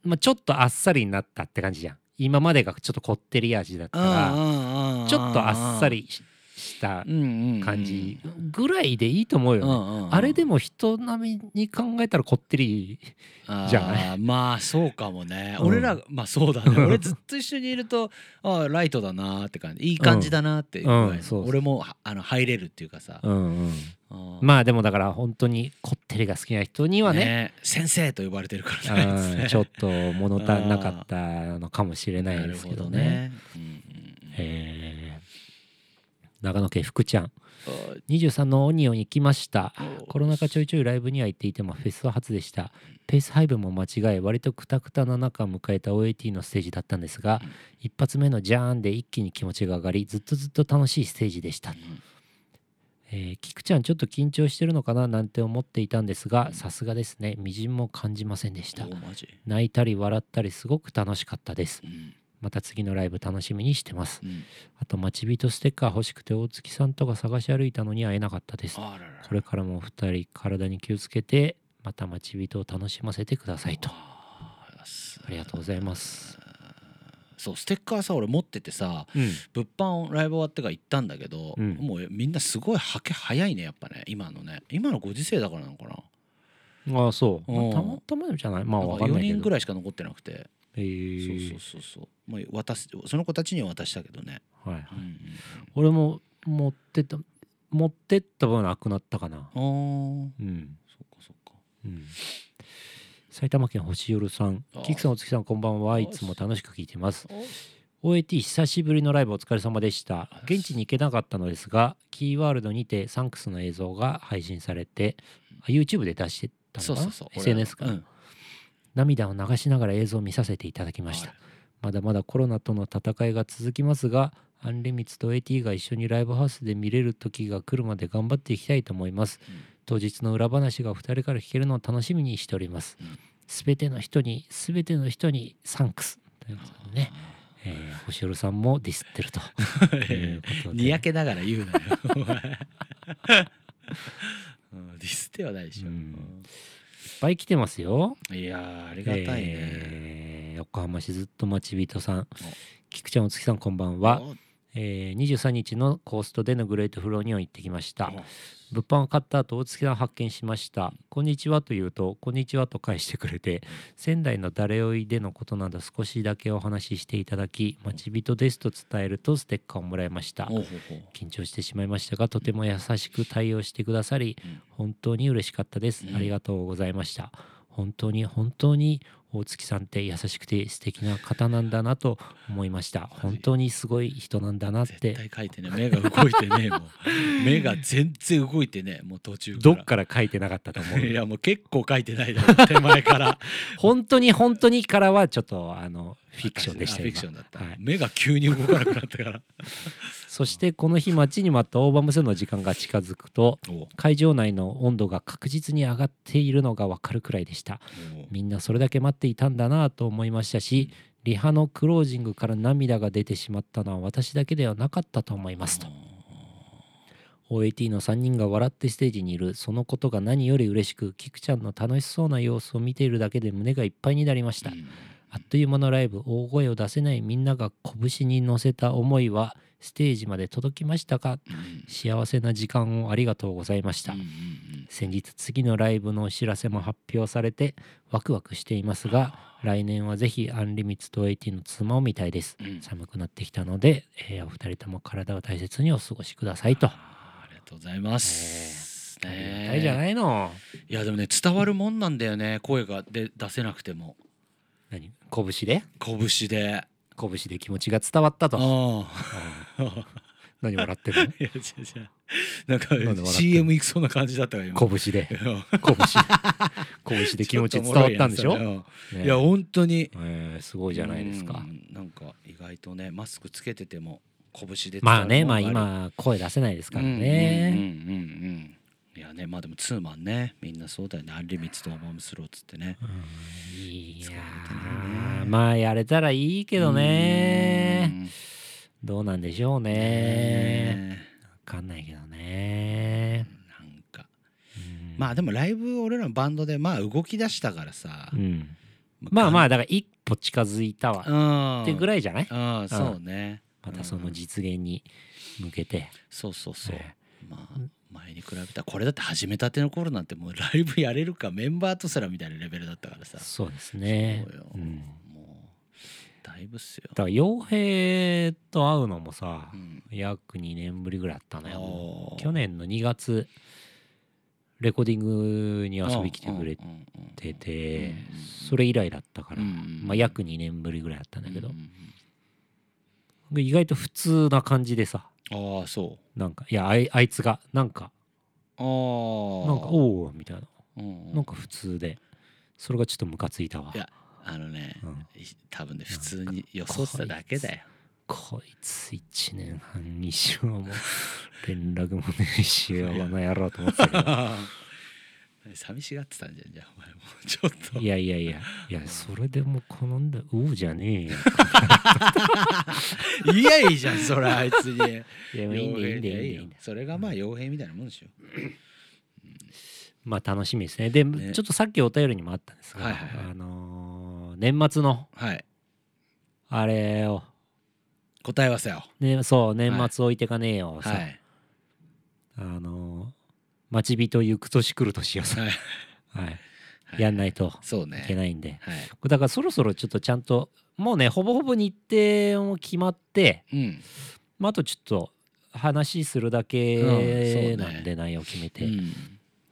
S1: まあ、ちょっとあっさりになったって感じじゃん。今までがちょっとこってり味だったか
S2: うんうんうんうん
S1: ら、ちょっとあっさりしした感じぐらいでいいと思う
S2: うんう
S1: よね。
S2: んうんうん
S1: あれでも人並みに考えたらこってり。じゃない
S2: あーまあそうかもね、
S1: うん
S2: 俺らまあそうだね 俺ずっと一緒にいるとああライトだなーって感じいい感じだなーって、
S1: うんうんそうそう
S2: 俺もはあの入れるっていうかさ、
S1: うんうん、
S2: あー
S1: まあでもだから本当にこってりが好きな人にはね
S2: 先生と呼ばれてるからねあいつ
S1: うん
S2: ね
S1: ちょっと物足んなかったのかもしれ ないですけどね。
S2: なるほどねうんうん
S1: えー長野県福ちゃん
S2: うん
S1: 23のオニオン行きました
S2: お
S1: コロナ禍ちょいちょいライブには行っていてもフェスは初でしたペース配分も間違え割とクタクタな中迎えた OAT のステージだったんですが
S2: うん
S1: 一発目のジャーンで一気に気持ちが上がりずっとずっと楽しいステージでしたえー、キクちゃんちょっと緊張してるのかななんて思っていたんですがさすがですねみじんも感じませんでした
S2: うんおマジ
S1: 泣いたり笑ったりすごく楽しかったです
S2: うん
S1: また次のライブ楽しみにしてます
S2: うん
S1: あと待ち人ステッカー欲しくて大月さんとか探し歩いたのに会えなかったですこ
S2: あららら
S1: れからもお二人体に気をつけてまた待ち人を楽しませてくださいと
S2: あーす
S1: ありがとうございます
S2: そうステッカーさ俺持っててさ
S1: うん
S2: 物販をライブ終わってから行ったんだけど、
S1: うん
S2: もうみんなすごいハケ早いねやっぱね今のね今のご時世だからなのかな
S1: ああそう、まあ
S2: うん
S1: たまたまじゃないまあ
S2: なん
S1: わ
S2: か
S1: かん
S2: 4
S1: ないけ
S2: 人
S1: ど
S2: ぐらいしか残ってなくて、
S1: えー
S2: そうそうそうそうもう渡すその子たちには渡したけどね、
S1: はいはい
S2: うんうん
S1: 俺も持ってった持ってった分なくなったかな
S2: うん、ああ
S1: うん、
S2: そっかそっか
S1: うん、埼玉県星夜さん
S2: あー
S1: キクさんお月さんこんばんは
S2: よし
S1: いつも楽しく聞いてます OAT 久しぶりのライブお疲れ様でした
S2: あ
S1: 現地に行けなかったのですがキーワールドにてサンクスの映像が配信されてあ YouTube で出してたのか
S2: そう
S1: な
S2: そうそう俺ら
S1: SNS か、
S2: うん
S1: 涙を流しながら映像を見させていただきました、まだまだコロナとの戦いが続きますがアンリミッツと AT が一緒にライブハウスで見れる時が来るまで頑張っていきたいと思います
S2: うん
S1: 当日の裏話がお二人から聞けるのを楽しみにしております
S2: うん
S1: すべての人にすべての人にサンクスということでね、えー、星るさんもディスってる ということで
S2: にやけなが ら言うなよお前うんディスってはないでしょ、
S1: うんいっぱい来てますよ
S2: うんいやーありがたいね、
S1: えー横浜市ずっと待ち人さん菊ちゃんお月さんこんばんは、
S2: お
S1: えー、23日のコーストでのグレートフローにオン行ってきました
S2: お
S1: 物販を買った後大月さん発見しました「こんにちは」と言うと「こんにちは」と返してくれて仙台の誰よいでのことなど少しだけお話ししていただき「待ち人です」と伝えるとステッカーをもらいました
S2: おうほうほう
S1: 緊張してしまいましたがとても優しく対応してくださり
S2: うん
S1: 本当に嬉しかったです
S2: うん
S1: ありがとうございました本当に本当に大月さんって優しくて素敵な方なんだなと思いました本当にすごい人なんだなっ
S2: 絶
S1: て
S2: 対書いてね目が動いて ねもう目が全然動いてねもう途中から
S1: どっから書いてなかったと思う
S2: いやもう結構書いてないだろ手前から
S1: 本当に本当にからはちょっとあの フィクションでした
S2: あフィクショ
S1: 今
S2: ンだった、
S1: はい
S2: 目が急に動かなくなっ たから
S1: そしてこの日待ちに待った大葉無線の時間が近づくと
S2: おうおう
S1: 会場内の温度が確実に上がっているのがわかるくらいでしたみんなそれだけ待っていたんだなと思いましたしリハのクロージングから涙が出てしまったのは私だけではなかったと思いますと OAT の3人が笑ってステージにいるそのことが何より嬉しくキクちゃんの楽しそうな様子を見ているだけで胸がいっぱいになりました
S2: うん
S1: あっという間のライブ大声を出せないみんなが拳に乗せた思いはステージまで届きましたか
S2: うん
S1: 幸せな時間をありがとうございました
S2: うんうん
S1: 先日次のライブのお知らせも発表されてワクワクしていますが来年はぜひアンリミッツと18の妻を見たいです
S2: うんうん
S1: 寒くなってきたので、えーお二人とも体を大切にお過ごしくださいと。
S2: ありがとうございます、
S1: あり
S2: ね
S1: がたいじゃないの
S2: いやでもね伝わるもんなんだよね声がで出せなくても
S1: 何拳で
S2: 拳で
S1: 拳で気持ちが伝わったと。うん
S2: あ
S1: 何笑ってる
S2: いや違う違うなん
S1: な
S2: か
S1: んで笑ってんの
S2: CM 行きそうな感じだったから今
S1: の拳で。
S2: うん
S1: 拳。拳で気持ち伝わったんでしょ
S2: ちっとおもろいやつだねうん
S1: ね
S2: いや本当に
S1: えーすごいじゃないです
S2: う
S1: か。
S2: んなんか意外とねマスクつけてても拳で伝わ
S1: まあ
S2: る
S1: ね、
S2: も
S1: まあ
S2: のがる
S1: 今声出せないですから
S2: うんう
S1: ね。
S2: んうんうんうんいやねまあでもツーマンねみんなそうだよねアンリミッツとオーバームスローっつってね
S1: うんいや
S2: 疲れて
S1: ー
S2: ね
S1: まあやれたらいいけどね。
S2: うん
S1: どうなんでしょうね。
S2: ね
S1: わかんないけどね。
S2: なんか
S1: うん
S2: まあでもライブ俺らのバンドでまあ動き出したからさ
S1: うんまあま
S2: あ
S1: あだから一歩近づいたわ
S2: うん
S1: ってぐらいじゃない
S2: うんそうね
S1: またその実現に向けて。
S2: そうそうそう
S1: ね
S2: まあ前に比べたらこれだって始めたての頃なんてもうライブやれるかメンバーとすらみたいなレベルだったからさ
S1: そうですね
S2: そうよ。
S1: うん
S2: もうだいぶっすよ
S1: だから傭兵と会うのもさ
S2: う、ん
S1: 約2年ぶりぐらいだったのよもう
S2: おー
S1: 去年の2月レコーディングに遊び来てくれ
S2: うんうんうん
S1: てて
S2: うん
S1: それ以来だったから、
S2: うんうん
S1: まあ、約2年ぶりぐらいだったんだけど
S2: うんうん
S1: で意外と普通な感じでさ
S2: うんああそう
S1: なんかいやあいあいつがなんか
S2: ああ
S1: なんかおおみたいな
S2: うんうん
S1: なんか普通でそれがちょっとムカついたわ
S2: いやあのね
S1: うん
S2: い多分ね普通に予想しただけだよ
S1: こいつ1年半にしようも連絡もねえしやばな野郎と思ってた け
S2: 寂しがってたんじゃんじゃあお前もうちょっ
S1: ど
S2: と
S1: いやいやいやいやそれでも好んだおうじゃねえよ
S2: いやいいじゃんそれ あいつに
S1: いや、いいんだよいいんだよ
S2: 傭兵
S1: いいん
S2: い
S1: だ
S2: や
S1: よいい
S2: よ
S1: んだよ
S2: それがまあ傭兵みたいなもんでしょ
S1: まあ楽しみですね。で、
S2: ね
S1: ちょっとさっきお便りにもあったんですが、
S2: はいはいはい
S1: あのー年末の
S2: はい
S1: あれを、
S2: 答え合わせよ
S1: ね、そう、年末置いてかねえよ、さ、
S2: はい
S1: あのー待ち人行く年来る年よさ、
S2: はい
S1: はい、
S2: はい
S1: やんないと
S2: そう
S1: いけ
S2: ね
S1: ないんで、
S2: はい
S1: だからそろそろちょっとちゃんと、もうね、ほぼほぼ日程も決まって、
S2: うん
S1: まあ、あとちょっと話するだ
S2: う
S1: け
S2: んそう
S1: な
S2: ね
S1: んで内容決めて、
S2: うん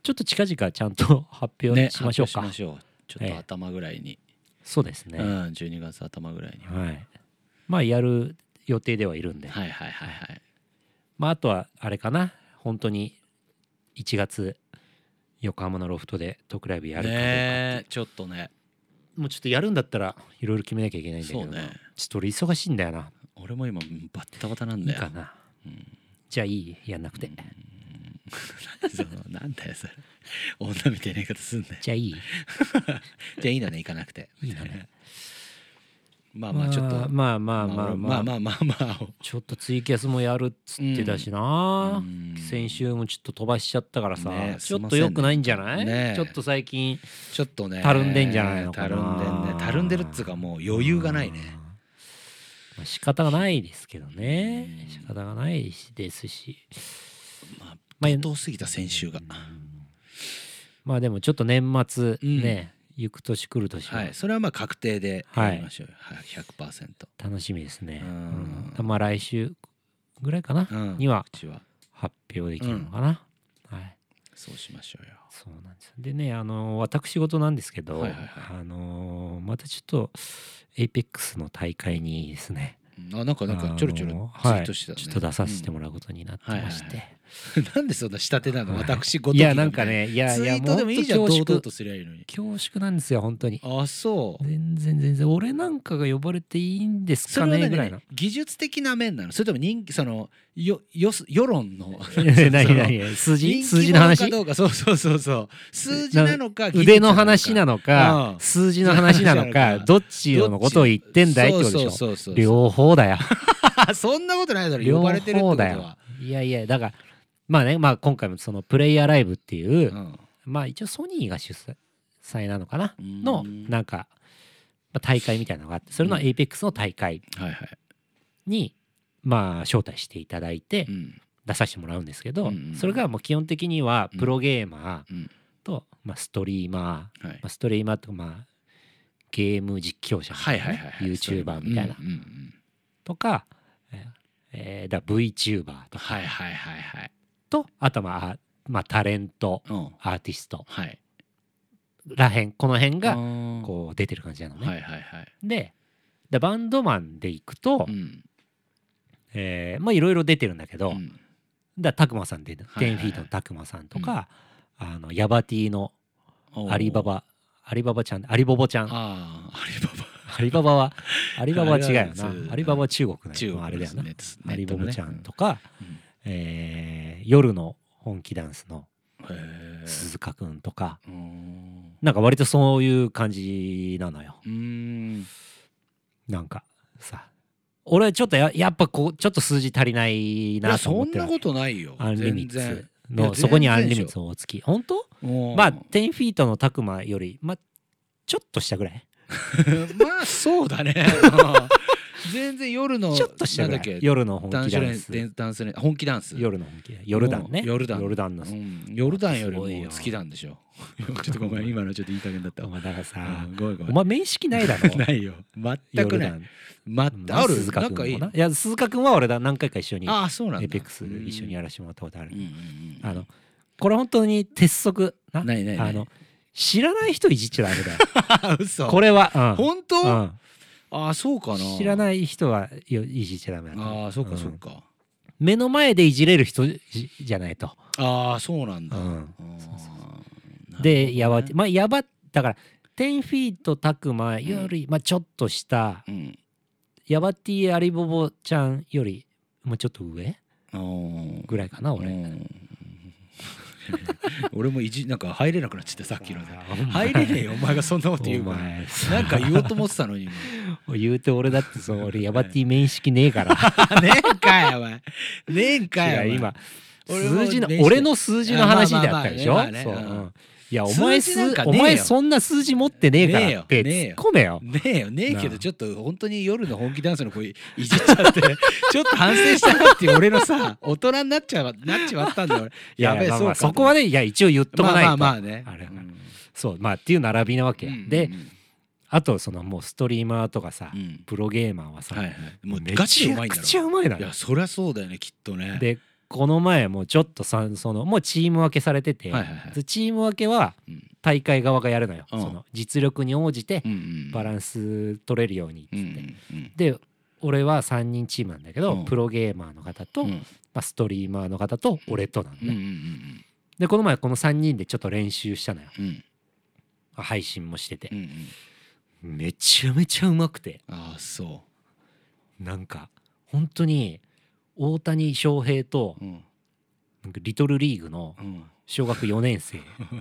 S1: ちょっと近々ちゃんと発表
S2: ね
S1: しましょう
S2: 発
S1: か。
S2: 表しましょうちょっ
S1: ええ
S2: と頭ぐらいに
S1: そうですね。
S2: うん12月頭ぐらいには
S1: はい、まあやる予定ではいるんで、
S2: はいはいはいはい
S1: まああとはあれかな本当に1月横浜のロフトでトークライブやるかどうか、
S2: ねえちょっとね
S1: もうちょっとやるんだったらいろいろ決めなきゃいけないんだけど
S2: そうね
S1: ちょっと俺忙しいんだよな
S2: 俺も今バッタバタなん
S1: いい
S2: だよ
S1: かな
S2: うん
S1: じゃあいいやんなくて、
S2: そのなんだよそれ女みたいな言い方すんね
S1: じゃあいい
S2: じゃあいいのね行かなくて
S1: いいのね
S2: まあまあちょっと
S1: まあまあまあま
S2: ま
S1: あ
S2: あ
S1: まあ
S2: まあまあまあ
S1: ちょっとツイキャスもやるっつってたしな、
S2: うん
S1: 先週もちょっと飛ばしちゃったからさ、
S2: ねえ
S1: ちょっと良くないんじゃない、
S2: すいませんね
S1: ちょっと最近
S2: ちょっとね
S1: たるんでんじゃないの
S2: た
S1: か
S2: る
S1: なん
S2: でんねたるんでるっつうかもう余裕がないね
S1: うん。まあ、仕方がないですけどね
S2: うん。
S1: 仕方がないしですし。
S2: まあ
S1: まあ、
S2: どうすぎた先週が
S1: まあでもちょっと年末
S2: うん
S1: ね、行く年来る年は
S2: はいそれはまあ確定でやりましょうよはい100%
S1: 楽しみですね。
S2: うん
S1: うんまあ来週ぐらいかな、
S2: うん
S1: には
S2: うちは
S1: 発表できるのかな。はい。
S2: そうしましょうよ
S1: そうなんです。でね、あの私事なんですけど、
S2: はいはいは
S1: あのまたちょっと APEX の大会にですね、
S2: うんあなんかなんかちょろちょろツイートしてたね
S1: はい、ちょっと出させてもらうことになってまして、
S2: うんはいはいはなんでそんな仕立てなの
S1: はい
S2: 私ごと
S1: い
S2: きが
S1: やなんかねいや
S2: ツイ
S1: や
S2: ートでもいいじゃん
S1: もう
S2: 堂
S1: ほと
S2: 々
S1: 恐
S2: とすりゃいいのに
S1: 縮恐縮なんですよ本当に
S2: あそう
S1: 全然全然俺なんかが呼ばれていいんです
S2: そ
S1: か
S2: れは
S1: ね
S2: 何
S1: ぐらいの
S2: 技術的な面なのそれとも人気そのよよす世論の
S1: 何 何
S2: その
S1: 何数字
S2: 人
S1: 数
S2: 気
S1: 字の
S2: 者か
S1: 話
S2: どうかそうそうそうそう数字なのか
S1: 腕の話なのか
S2: うん
S1: 数字の話なの か
S2: ど
S1: どっちのことを言ってんだいってことでしょ
S2: そうそうそうそう
S1: 両方だよ
S2: あそんなことないだろ 呼ばれてるってこと
S1: だよ
S2: は、
S1: いやいやだからまあねまあ今回もそのプレイヤーライブっていう、
S2: うん
S1: まあ一応ソニーが主催なのかな
S2: うん
S1: のなんかまあ大会みたいなのがあってそれの
S2: うん
S1: APEX の大会
S2: はいはい
S1: にまあ招待していただいて
S2: うん
S1: 出させてもらうんですけど
S2: うんうんうん
S1: それがもう基本的にはプロゲーマ
S2: うん
S1: ーとまあストリーマーま
S2: はい
S1: あストリーマーとかまあゲーム実況者みた
S2: はい
S1: いな
S2: はい
S1: ね
S2: はいはい
S1: YouTuber みたいな
S2: うんうんうん
S1: とかえーえーだ VTuber と
S2: はいはいはいはい
S1: とあとはまああまあタレント
S2: うん
S1: アーティスト
S2: はい
S1: らへんこの辺が
S2: こ
S1: こう出てる感じなのね。
S2: はいはいはい。
S1: ででバンドマンでいくと、
S2: うん。
S1: えーまあいろいろ出てるんだけど、
S2: うん
S1: だたくまさんで、
S2: はいはい
S1: 10フィートのたくまさんとか、あのヤバティのアリバ。
S2: おー
S1: バアリババちゃんアリボボちゃん
S2: ああ、アリババ。
S1: アリババ はアリババは違うよ
S2: あれはそうだ
S1: な
S2: ね
S1: アリババは中国の
S2: 中
S1: まああれ
S2: 国
S1: だ
S2: で
S1: よ
S2: す
S1: な、
S2: ね。
S1: アリババちゃんと
S2: か。
S1: か、
S2: うん
S1: えー夜の本気ダンスの
S2: へえ
S1: 鈴鹿くんとか、
S2: うーん
S1: なんか割とそういう感じなのよ
S2: うーん。
S1: なんかさ俺はちょっとややっぱこうちょっと数字足りない
S2: いや
S1: なと
S2: そ
S1: 思っ
S2: ん
S1: てる
S2: な
S1: わけ
S2: ことないよ。
S1: アンリミッ
S2: 全
S1: ツ
S2: 然。いや
S1: の
S2: 全然
S1: そこにアンリミッツ大月本当
S2: おー
S1: まあ10フィートのタクマよりまあちょっとしたぐらい
S2: まあそうだね。全然夜の
S1: ちょっとしたぐ
S2: な
S1: ら
S2: んだっ
S1: い
S2: け。
S1: 夜の本
S2: ダン
S1: 気
S2: ス
S1: ダ
S2: レ
S1: ン
S2: ン
S1: ス
S2: ダンダンスレン本気ダンス。
S1: 夜の本気ヨルダンね
S2: ヨルダン
S1: の
S2: うんヨルダンよりも
S1: すごいよ
S2: 好きなんでしょ。 ちょっとごめん今のちょっといい加減だった
S1: お
S2: わ。
S1: 前だからさ
S2: うんごめんごめ
S1: お
S2: ん。
S1: 前面識ないだろ
S2: ないよ。全くない。ま
S1: ヨルダン
S2: ある
S1: 鈴鹿
S2: な
S1: 君
S2: ん
S1: も
S2: かいい。
S1: いや鈴鹿君は俺だ何回か一緒に
S2: ああそうなんだ。
S1: エイペックス一緒にやらせてもらったことある
S2: うんうんうん
S1: あのこれ本当に鉄則な
S2: ないないない
S1: あの知らない人いじっちゃダメだよ
S2: あ嘘。
S1: これはうん
S2: 本当？
S1: う
S2: あ
S1: ん
S2: あそうかな。
S1: 知らない人はいいじっちゃダメだ
S2: ああそうか
S1: ん
S2: そうか。
S1: 目の前でいじれる人じじゃないと。
S2: ああそうなんだ。
S1: うん
S2: あー
S1: そうそう
S2: なるほどね
S1: でやばてまあやばだから10フィートたくまより、まあ、ちょっとした
S2: うん。
S1: やばティアリボボちゃんよりもうちょっと上
S2: あー
S1: ぐらいかな俺。
S2: うん 俺もいじなんか入れなくなっちゃったさっきので入
S1: 入
S2: れねえよお前がそんなこと言う
S1: お
S2: から
S1: 前
S2: なんか言おうと思って たのに今
S1: 言うて俺だってその俺ヤバティ面識ねえから
S2: ねえんかいお前ねえんかいお前
S1: 違う今
S2: 俺も
S1: 数字の
S2: ね
S1: 俺の数字の話であったでしょ
S2: まあまあまあね
S1: そう
S2: まあねうん
S1: うんいやお前
S2: 数
S1: 数
S2: 字なんかねえ
S1: お
S2: よ
S1: 前そんな数字持ってねえか
S2: ねえ
S1: ら
S2: よ
S1: って
S2: ねえ
S1: 突
S2: よ
S1: っ込めよ
S2: ねえよねえけ
S1: なあ
S2: どちょっと本当に夜の本気ダンスの子いいじっちゃってちょっと反省したなっていう俺のさ大人になっちゃうなっちまったんだよ俺
S1: いや
S2: やべえ
S1: まあ
S2: そ
S1: ま
S2: うか
S1: あそこは
S2: ね
S1: ねいや一応言っとか
S2: まあ
S1: ないと
S2: まあまあね
S1: あれ
S2: うん
S1: そうまあっていう並びなわけや、
S2: うん
S1: で
S2: うん
S1: あとそのもうストリーマーとかさ、
S2: うん
S1: プロゲーマーはさ、
S2: はいはいもう
S1: め
S2: ガチ
S1: ち
S2: でうま
S1: ゃ
S2: いん
S1: く
S2: だろ
S1: ちゃうまいない
S2: やそりゃそうだよねきっとね
S1: でこの前もうちょっとさそのもうチーム分けされてて、
S2: はいはいはい
S1: でチーム分けは
S2: うん
S1: 大会側がやるのよ、
S2: うん
S1: その実力に応じて
S2: うんうん
S1: バランス取れるようにっつって、
S2: うんうん
S1: で俺は3人チームなんだけど、
S2: うん
S1: プロゲーマーの方と、
S2: うん
S1: まあ、ストリーマーの方と俺となのね、
S2: うんうんうん
S1: でこの前この3人でちょっと練習したのよ
S2: うんうん
S1: 配信もしてて
S2: う、んうん
S1: めちゃめちゃうまくて
S2: ああそ
S1: なんか本当に大谷翔平と
S2: ううん
S1: なんかリトルリーグの
S2: うん
S1: 小学4年生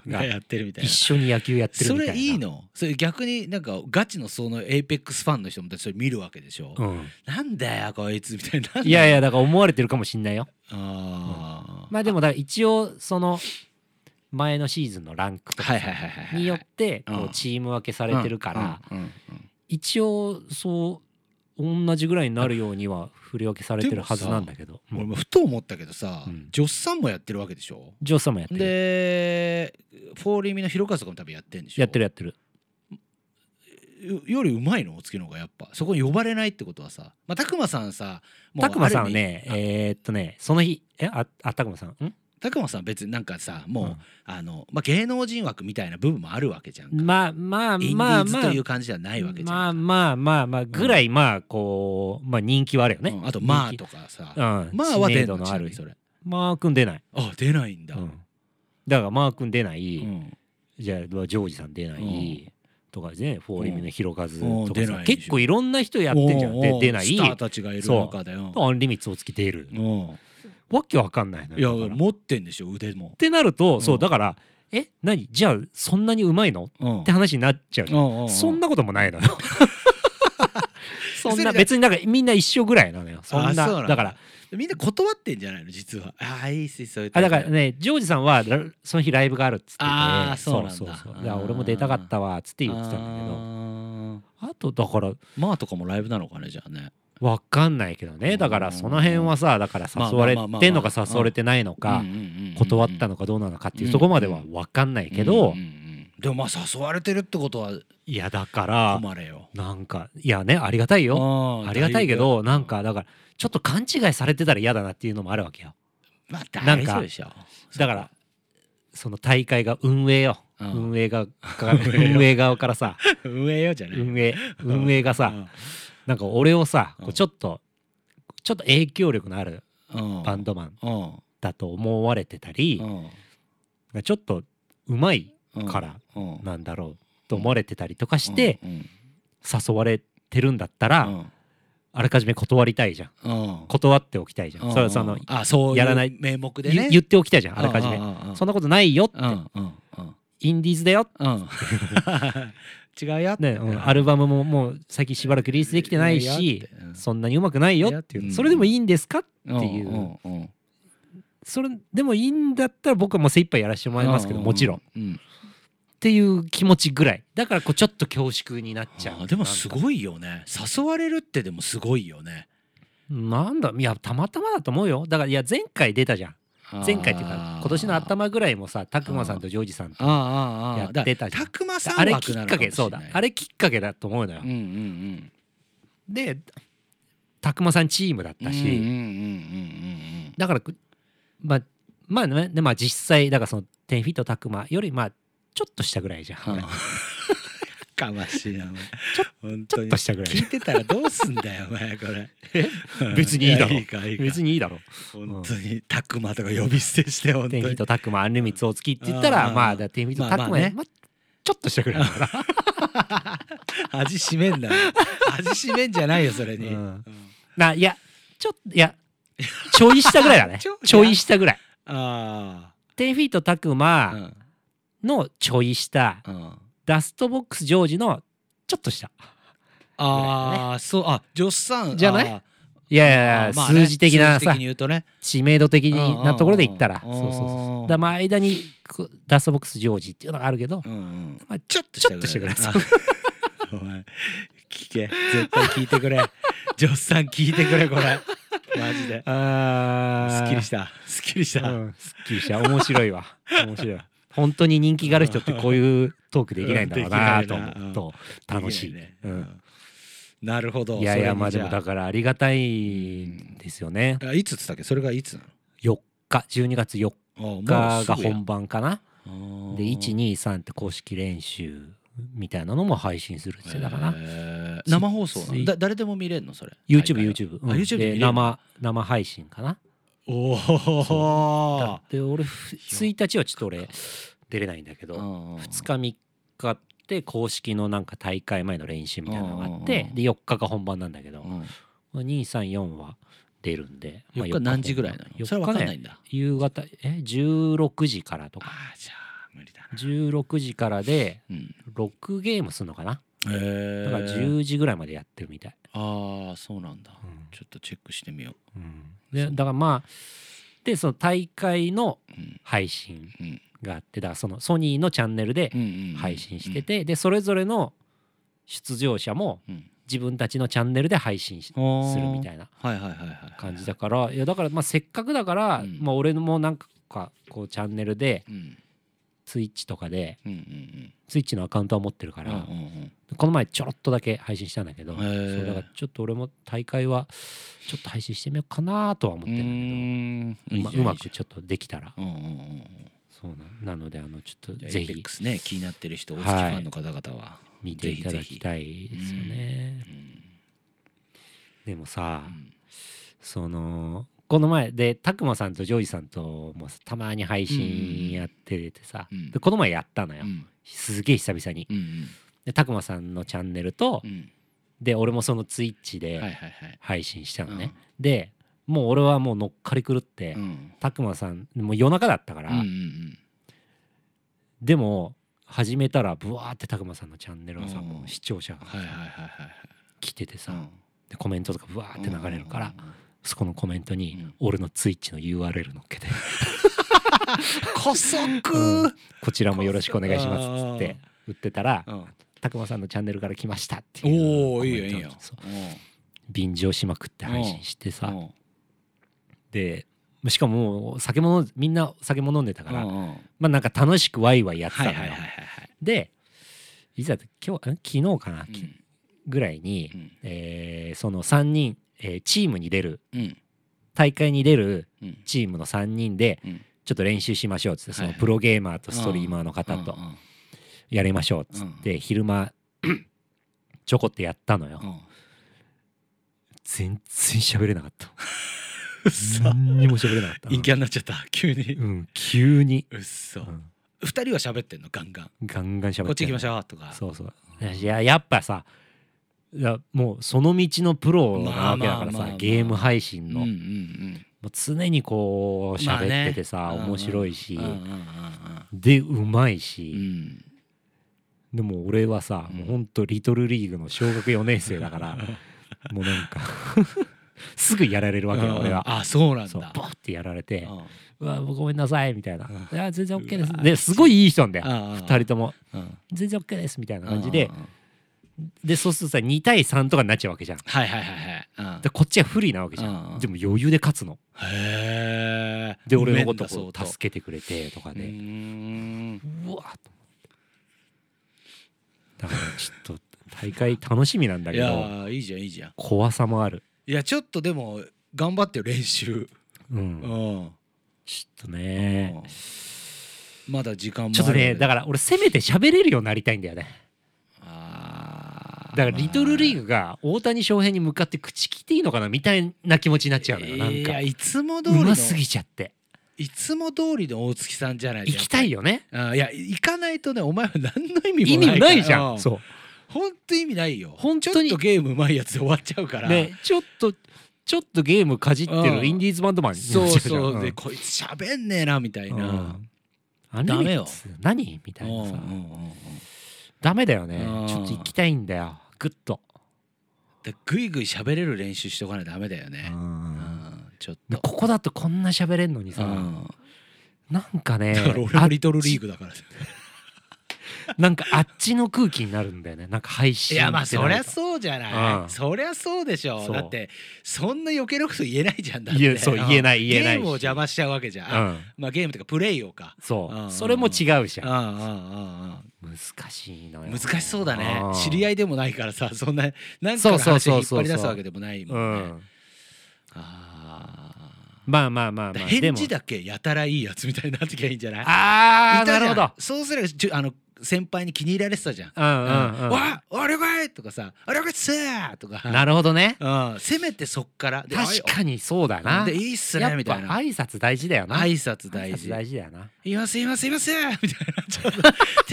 S2: が
S1: が
S2: やってるみたい
S1: 一
S2: な
S1: 緒に野球やってる
S2: そ
S1: みたいな
S2: れいいのそれ逆になんかガチのそのエイペックスファンの人もそれ見るわけでしょ、
S1: うん、
S2: なんだよこいつみたいない
S1: やいやだから思われてるかもしんないよ
S2: あー
S1: まあでもだから一応その前のシーズンのランクとか
S2: はいはいはいはい
S1: によって
S2: うん
S1: こうチーム分けされてるから
S2: うんうんうん
S1: 一応そう同じぐらいになるようには振り分けされてるはずなんだけど
S2: うん俺
S1: うん
S2: もふと思ったけどさ、
S1: うん
S2: ジョスさんもやってるわけでしょ
S1: ジョーさんもやってる
S2: でフォーリーミの広和とかも多分やってるんでしょ
S1: やってるやってる
S2: よよりうまいのお月の方がやっぱそこに呼ばれないってことはさまあ拓磨さんさもう
S1: たくまさんはね
S2: ある意味
S1: えーっとねその日えああたくまさんん
S2: 拓磨さんは別になんかさもう、
S1: うん
S2: あの、まあ、芸能人枠みたいな部分もあるわけじゃんか、
S1: まあまあ
S2: インディ
S1: まあ
S2: ーズ
S1: ま
S2: と
S1: あ
S2: いう感じじゃないわけじゃんか、
S1: まあまあまあまあぐらいまあこうまあ人気はあるよね
S2: うんあと「まあ」
S1: 人気
S2: とかさ
S1: うん
S2: 「まあ」は
S1: 知名
S2: 出ん
S1: 度
S2: の
S1: の
S2: ち
S1: あ
S2: なみ
S1: る
S2: にそれ
S1: マー君出ない
S2: あ出ないんだ、
S1: うんだからマー君出ない、
S2: うん
S1: じゃあジョージさん出ない、
S2: うん
S1: とかねフォーリミの広和
S2: うん
S1: とか
S2: 出
S1: さ、
S2: ないでしょ
S1: 結構いろんな人やってんじゃん
S2: おうお
S1: で
S2: う
S1: 出ない
S2: スターたちがいる中だよ
S1: アンリミッツ大月出る、
S2: うん
S1: わけわかんないの
S2: いや
S1: よだからっ
S2: 持ってんでしょ腕も
S1: てなると、
S2: ん
S1: そうだからえ何じゃあそんなにうまいの
S2: うん
S1: って話になっちゃうじゃん
S2: うんうんうん
S1: そんなこともないの よそん
S2: それ
S1: な
S2: で
S1: 別になんかみんな一緒ぐらいなのよそんな
S2: あそうなんだ
S1: だから
S2: みんな断ってんじゃないの実は ああいいっすそういう
S1: あだからねジョージさんはラその日ライブがあるっつってて
S2: あーそうなんだ
S1: そうそうだから俺も出たかったわっつって言ってたんだけど
S2: ど
S1: あとだから
S2: まあとかもライブなのかねじゃあね
S1: わかんないけどねだからその辺はさだから
S2: まあ
S1: 誘われ
S2: まあまあまあ
S1: てんのか誘われてないのか
S2: うんうんうんうん
S1: 断ったのかどうなのかっていうとこまではわかんないけ
S2: う
S1: ど
S2: んうんうんでもまあ誘われてるってことはい
S1: やだから
S2: 困れよ
S1: なんかいやねありがたいよ
S2: あ
S1: ありがたいけどなんかだからちょっと勘違いされてたら嫌だなっていうのもあるわけよ
S2: まあ
S1: なん
S2: 大
S1: か
S2: 丈夫でしょ
S1: だからその大会が運営よ
S2: うん
S1: 運営がか
S2: 運営よ
S1: 運営側からさ
S2: 運営よじゃない
S1: 運営運営がさ、なんか俺をさ、こう
S2: うん
S1: ちょっとちょっと影響力のある
S2: うん
S1: バンドマン
S2: うん
S1: だと思われてたり
S2: う、ん
S1: ちょっとうまい
S2: うん
S1: から
S2: うん
S1: なんだろうと思われてたりとかして
S2: うん
S1: 誘われてるんだった
S2: う
S1: ら、
S2: ん
S1: あらかじめ断りたいじゃん
S2: うん
S1: 断っておきたいじゃん、
S2: うん
S1: それはその、
S2: あそう
S1: やらないいう
S2: 名目で
S1: ゆ
S2: ね
S1: 言っておきたいじゃんあらかじめ、
S2: うんうんうん
S1: そんなことないよって、
S2: うんうんうん
S1: インディーズだよ、
S2: うん違うよって
S1: ねうんアルバムももう最近しばらくリリースできてないし、
S2: うんうん
S1: そんなにうまくないよっていう、
S2: うん
S1: それでもいいんですかっていうん
S2: んん
S1: それでもいいんだったら僕はもう精一杯やらせてもらいますけど、
S2: うう
S1: もちろんっ
S2: う
S1: ていう気持ちぐらいだからこうちょっと恐縮になっちゃ
S2: あ
S1: う
S2: ーでもすごいよね誘われるってでもすごいよね
S1: なんだいやたまたまだと思うよだからいや前回出たじゃん前回っていう
S2: あ
S1: か
S2: ー
S1: 今年の頭ぐらいもさたくまさんとジョージさんと
S2: あーあーあー
S1: やってたじゃん
S2: だからたくまさん
S1: あれ
S2: 枠
S1: き
S2: な
S1: っ
S2: のも
S1: か
S2: し
S1: け
S2: れない
S1: そうだあれきっかけだと思うのよ
S2: うんうんうん
S1: でたくまさんチームだったし、
S2: うんうんうん
S1: だからくまあまあねでまあ実際だからその10フィットたくまよりまあちょっとしたぐらいじゃん、
S2: うんうんうん
S1: 俺
S2: うんかましいなお前
S1: ち
S2: 本当
S1: ょっ
S2: に
S1: としたぐらいじ
S2: 聞いてたらどうすんだよお前これ
S1: え別にいいだろ
S2: やいいかいい
S1: ゃ
S2: か
S1: ん 別にいいだろ
S2: 本当にたくまとか呼び捨てして本当
S1: テンフィ
S2: に
S1: ートタクマアンリミッツ大月って言ったら
S2: うん
S1: まあだテンフィートタ
S2: ま
S1: ク
S2: あ
S1: マ
S2: まあね
S1: まあちょっとしたぐらいだから
S2: 味しめんな 味しめんじゃないよそれに、
S1: うん ないやちょっといやちょいしたぐらいだね
S2: ちょ い
S1: ちょいしたぐらい
S2: あ
S1: テンフィートタク
S2: あう
S1: マ
S2: ん
S1: のちょいした
S2: うん
S1: ダストボックスジョージのちょっとした
S2: ああ、そうあ女子さん
S1: じゃない
S2: あ
S1: いやいや
S2: ー
S1: いや
S2: まあね
S1: 数字的な
S2: 数字的
S1: さ
S2: に言うとね
S1: 知名度的
S2: うんうんうん
S1: なところで言ったら
S2: う
S1: そ
S2: ん
S1: うそうそうだからまあ間にこうダストボックスジョージっていうのがあるけど
S2: うんうん
S1: まあ
S2: ちょっと
S1: ちょっとしてくれ
S2: あお前聞け絶対聞いて くれ女子さん聞いてくれこれマジで
S1: あー
S2: すっきりしたすっきりした、
S1: うん、すっきりした面白いわ面白い本当に人気がある人ってこういうトークできないんだろうなと思うと楽しい、
S2: できないね
S1: うん、
S2: なるほど
S1: いやいやまあ
S2: そ
S1: で
S2: れ
S1: も
S2: にじゃ
S1: だからありがたいんですよね
S2: ああいつっつったっけそれがいつな
S1: 4日12月4
S2: の
S1: 日が本番かな
S2: 番
S1: で123って公式練習みたいなのも配信するって言ってたかな
S2: な生放送なのだ誰でも見れるのそれ
S1: YouTubeYouTube、うん
S2: あ YouTube 見れ
S1: で
S2: る
S1: 生生配信かな
S2: お
S1: だ
S2: お
S1: って俺ふ1日はちょっと俺出れないんだけど2日3日って公式のなんか大会前の練習みたいなのがあっ
S2: うんうん
S1: て
S2: うん
S1: で4日が本番なんだけど
S2: うん
S1: 234は出るんでまあ
S2: 4日何時ぐらいな
S1: 4
S2: のそれは分かんない
S1: ね
S2: んだ
S1: 夕方え16時からと
S2: あ
S1: か
S2: ーじゃあ無理だな
S1: 16時からで
S2: うん
S1: 6ゲームすんのかな
S2: へえ
S1: だから10時ぐらいまでやってるみたい、
S2: ああそうなんだ
S1: うん
S2: ちょっとチェックしてみよ
S1: うんでだからまあでその大会の
S2: ううん
S1: 配信
S2: うん
S1: があってだからそのソニーのチャンネルで
S2: うんうん
S1: 配信しててでそれぞれの出場者も
S2: うん
S1: 自分たちのチャンネルで配信しするみた
S2: ない
S1: な
S2: はいはいはいはい
S1: 感じだからいやだからまあせっかくだから、
S2: うん
S1: まあ俺もなんかこうチャンネルで
S2: うん
S1: ツイッチとかで
S2: うんうん
S1: ツイッチのアカウントは持ってるか
S2: うんう
S1: ら、
S2: んうん
S1: この前ちょろっとだけ配信したんだけど
S2: へ
S1: そ
S2: ー
S1: うだからちょっと俺も大会はちょっと配信してみようかなとは思っ
S2: う
S1: てるんだけ
S2: ん
S1: どうまうまくちょっとできたら
S2: うんうんうん
S1: そうななのであのちょっと
S2: じゃあ
S1: ぜ
S2: エイペ
S1: ひ
S2: ックスね気になってる人大
S1: はい
S2: 好きファンの方々は
S1: 見ていただき
S2: い
S1: たいですよね。でもさ、そのこの前でたくまさんとジョージさんともさたまに配信やっててさ、
S2: うん
S1: でこの前やったのよ、
S2: うん
S1: すげえ久々に
S2: うんうん
S1: でたくまさんのチャンネルと、
S2: うん
S1: で俺もそのツイッチ
S2: うんはい
S1: で
S2: はいはい
S1: 配信したのね、でもう俺はもう乗っかり狂って、
S2: うん
S1: たくまさんもう夜中だったから、
S2: うんうん
S1: でも始めたらブワーってたくまさんのチャンネルのさ、
S2: うん
S1: もう視聴者が
S2: はいはいはいはいはい
S1: 来ててさ、
S2: うん
S1: でコメントとかブワーって流れるから、
S2: うんうんうん
S1: そこのコメント
S2: う
S1: に
S2: ん
S1: 俺のツイッチの URL 載っけて
S2: こそ
S1: うん
S2: く
S1: こちらもよろしくお願いしますっつって売ってたら
S2: うん
S1: たくまさんのチャンネルから来ましたっていう
S2: おおいいよいい
S1: コメント
S2: よ
S1: がそう便乗しまくって配信して
S2: うん
S1: さでしかももう酒もみんな酒も飲んでたから
S2: うん
S1: ま
S2: うんうん
S1: あなんか楽しくワイワイやって
S2: はい
S1: た
S2: はい
S1: の
S2: はい
S1: よ
S2: はいはい
S1: でいざ今日ん昨日かなき
S2: うん
S1: ぐらいに
S2: うん
S1: えーその3人えーチームに出る
S2: うん
S1: 大会に出る
S2: うん
S1: チームの3人で
S2: うん
S1: ちょっと練習しましょうっつってその
S2: はいはい
S1: プロゲーマーとストリーマーの方と
S2: うんうん
S1: やりましょうっつって、昼 間ちょこってやったのよ、
S2: う
S1: 全然喋れなかった
S2: っ そ
S1: 何にも喋れなかった
S2: 陰キャになっちゃった急に
S1: うん急に、
S2: うっそ
S1: うん
S2: 二人は喋ってんのガンガン
S1: ガンガン喋って
S2: こっち行きましょうとか
S1: そうそういややっぱさいやもうその道のプロなわけだからさ、
S2: まあまあまあまあ
S1: ゲーム配信の、
S2: うんう
S1: も
S2: ん
S1: う常にこう喋っててさ、
S2: まあね
S1: 面白いし、
S2: うんうんうん
S1: でうまい
S2: うんう
S1: し、
S2: ん
S1: でも俺はさ、
S2: うん
S1: もうほんとリトルリーグの小学4年生だから もうなんか すぐやられるわけよ俺は。
S2: あそうなん
S1: そう
S2: だ
S1: ボッてやられて
S2: う
S1: 「
S2: ん
S1: うわごめんなさい」みたいな
S2: うん
S1: 「いや全然 OK で
S2: う
S1: す」
S2: わ
S1: ですごいいい人なんだよ
S2: ああ
S1: 2人とも
S2: うん
S1: 「全然 OK です」みたいな感じで
S2: うんうんうん
S1: でそうするとさ2対3とかになっちゃうわけじゃん。
S2: はいはいはいはいうん
S1: でこっちは不利なわけじゃん、
S2: うん
S1: でも余裕で勝つの
S2: へえ
S1: で俺のこと
S2: うめえ
S1: を
S2: んだ相当
S1: 助けてくれてとか
S2: う
S1: で、
S2: ーん
S1: うわっと思ってだからちょっと大会楽しみなんだ
S2: い
S1: け
S2: や
S1: ど
S2: ーいいじゃんいいじゃん
S1: 怖さもある
S2: いやちょっとでも頑張ってよ練習
S1: うん、
S2: うん
S1: ちょっとね
S2: まだ時間も
S1: ちょっとねだ
S2: か
S1: か
S2: ら
S1: ら俺せめて喋れるようになりたいんだよねだからリトルリー
S2: グ
S1: グが大谷翔平に向かって口切っていいのかなみたいな気持ちになっちゃうのよなん
S2: い
S1: か
S2: やいつも通
S1: う
S2: りの
S1: ますぎちゃって
S2: いつも通りの大月さんじゃない
S1: 行きたい
S2: よ
S1: よね
S2: いや行かないとねお前は何の意味
S1: 意
S2: もない
S1: 味
S2: から
S1: ないじゃ
S2: うん
S1: そう
S2: 本当意味ないよ
S1: 本当に
S2: ちょっとゲームうまいやつで終わっちゃうから
S1: ねちょっとちょっとゲームかじって
S2: う
S1: る
S2: ん
S1: インディーズバンドマンにな
S2: そ
S1: っ
S2: う
S1: ちゃじゃん
S2: そうで
S1: ん
S2: こいつ喋んねえなみたいな
S1: うん
S2: ダメよ
S1: あれいつ何みたいなさ
S2: うんうんうんうん
S1: ダメだよね
S2: うん
S1: ちょっと行きたいんだよグッと
S2: でぐいぐい喋れる練習しとかないとダメだよねうんちょっ
S1: で
S2: と
S1: ここだとこんな喋れんのにさ
S2: うん
S1: なんかね
S2: だから俺
S1: あ
S2: もリトルリーグだから
S1: なんかあっちの空気になるんだよねなんか配
S2: い
S1: 信
S2: やまあ
S1: って
S2: そ
S1: なる
S2: り
S1: と
S2: ゃそうじゃない、
S1: うん
S2: そりゃそうでしょ
S1: そう
S2: だってそんな余計なこと言えないじゃんだっ
S1: 言
S2: て
S1: えそう言えない言えないし
S2: ゲームを邪魔しちゃうわけじゃん、あ
S1: うん
S2: まあゲームとかプレイをか
S1: そううんそれも違うじ
S2: うん
S1: ゃん
S2: うんうん
S1: 難しいの
S2: う
S1: よ
S2: ん難しそうだね
S1: ん
S2: 知り合いでもないからさ そんな何かの話を
S1: そ
S2: 引
S1: うそ
S2: っ
S1: うそうそう
S2: 張り出すわけでもないうもんね、
S1: ん
S2: あ
S1: まあまあまあ
S2: ー
S1: まあで
S2: 返
S1: も
S2: 事だけやたらいいやつみたいになってきゃいいんじゃない
S1: あ
S2: い
S1: あ
S2: たじゃ
S1: なんるほど
S2: そうすればじゅあの先輩に気に入られてたじゃん
S1: うんう
S2: 「
S1: んうん
S2: わあ了解!」とかさ「あ了解っす!」とか
S1: なるほどね
S2: うん、せめてそっからで
S1: 確かにそうだ
S2: あい
S1: な
S2: でいいっす
S1: や
S2: ね
S1: っ
S2: み
S1: ぱ
S2: たいな
S1: 挨拶大事だよな
S2: 挨拶大
S1: 挨
S2: 事
S1: 大事だよない
S2: ますいますいますみたいなちょっと「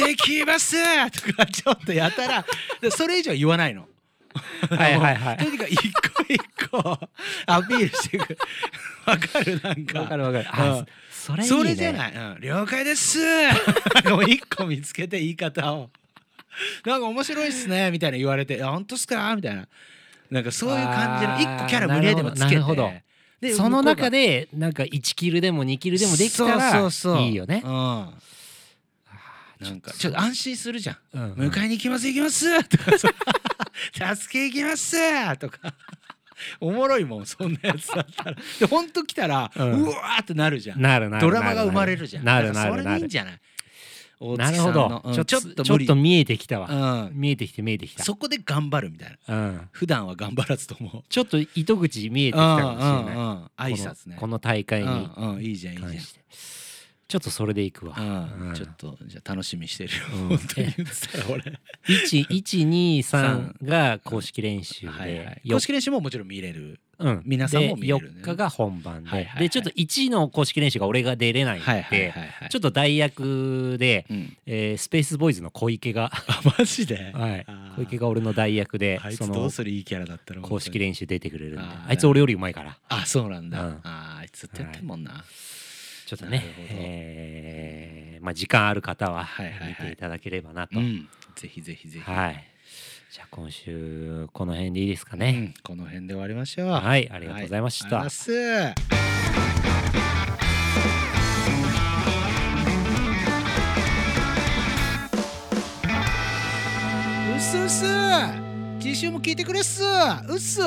S2: できます!」とかちょっとやったらでそれ以上は言わないの。
S1: はいはいは
S2: と
S1: い
S2: にかく一個一個アピールしていく わかるなんか
S1: わかるわかる
S2: うん
S1: あそれいいね
S2: それじゃない、うん、了解ですでも一個見つけて言い方をなんか面白いっすねみたいな言われて「あ本当っすか?」みたいななんかそういう感じの
S1: あー
S2: 一個キャラ無理やりでもつけ
S1: な
S2: て
S1: るほど
S2: で
S1: その中
S2: で
S1: でなんか1キルでも2キルでもできた
S2: そ
S1: ら
S2: うそうそう
S1: いいよね
S2: うん、なんかちょっと安心するじゃん
S1: うん
S2: 「迎えに行きます行き ます」とかさ「助け行きます」とかおもろいもんそんなやつだったら で本当来たら、う
S1: うん
S2: わーってなるじゃ ん
S1: なるなる
S2: ドラマが生まれるじゃん
S1: なるな
S2: だから
S1: る
S2: そ
S1: な
S2: れでいい
S1: る
S2: んじゃない大
S1: な
S2: 月
S1: る
S2: さ
S1: ほ
S2: んの
S1: ど
S2: うん
S1: ちょ
S2: ちょっと
S1: ちょ
S2: 無
S1: っ
S2: 理
S1: と見えてきたわ
S2: うん
S1: 見えてきて見えてきた
S2: そこで頑張るみたい
S1: う
S2: な
S1: ん
S2: 普段は頑張らずとも
S1: ちょっと糸口見えてき
S2: うん
S1: た
S2: う
S1: かもしれない
S2: んうん挨拶
S1: こ
S2: ね
S1: のこの大会に
S2: うんうんいいじゃんいい
S1: 関
S2: じ
S1: してちょっとそれでいくわ
S2: ゃんう
S1: うんん
S2: ちょっとじゃあ楽しみにしてるよ
S1: うん
S2: 本当に言 ってたら俺
S1: 123が公式練習で、
S2: はいはい
S1: よ
S2: 公式練習ももちろん見れる
S1: うん、
S2: 皆さんも見れるね
S1: で4日が本番で、
S2: はいはいはい
S1: でちょっと1の公式練習が俺が出れないんで、
S2: はいはいはいはい
S1: ちょっと代役で、
S2: うん
S1: えースペースボーイズの小池が、
S2: あマジで
S1: はい
S2: あー、
S1: 小池が俺の代役で
S2: あい
S1: そ
S2: つどう
S1: の
S2: するいいキャラだったら
S1: 公式
S2: 練
S1: 練習出てくれるんで
S2: あ
S1: あ
S2: ー
S1: いつ俺よりうまいから
S2: あそうなんだ
S1: うん
S2: あーあいつずっとやってんもんな
S1: ちょっと
S2: な
S1: ね
S2: るほど、
S1: えーまあ、時間ある方は
S2: はいはいはい
S1: 見ていただければなと。
S2: う
S1: はい
S2: んぜひぜひぜひ
S1: じゃあ今週この辺でいいですか
S2: う
S1: ね。
S2: んこの辺で終わりましょう
S1: はいありがとうございました。
S2: はいありがとうございますうっすうっす次週も聞いてくれっすうっす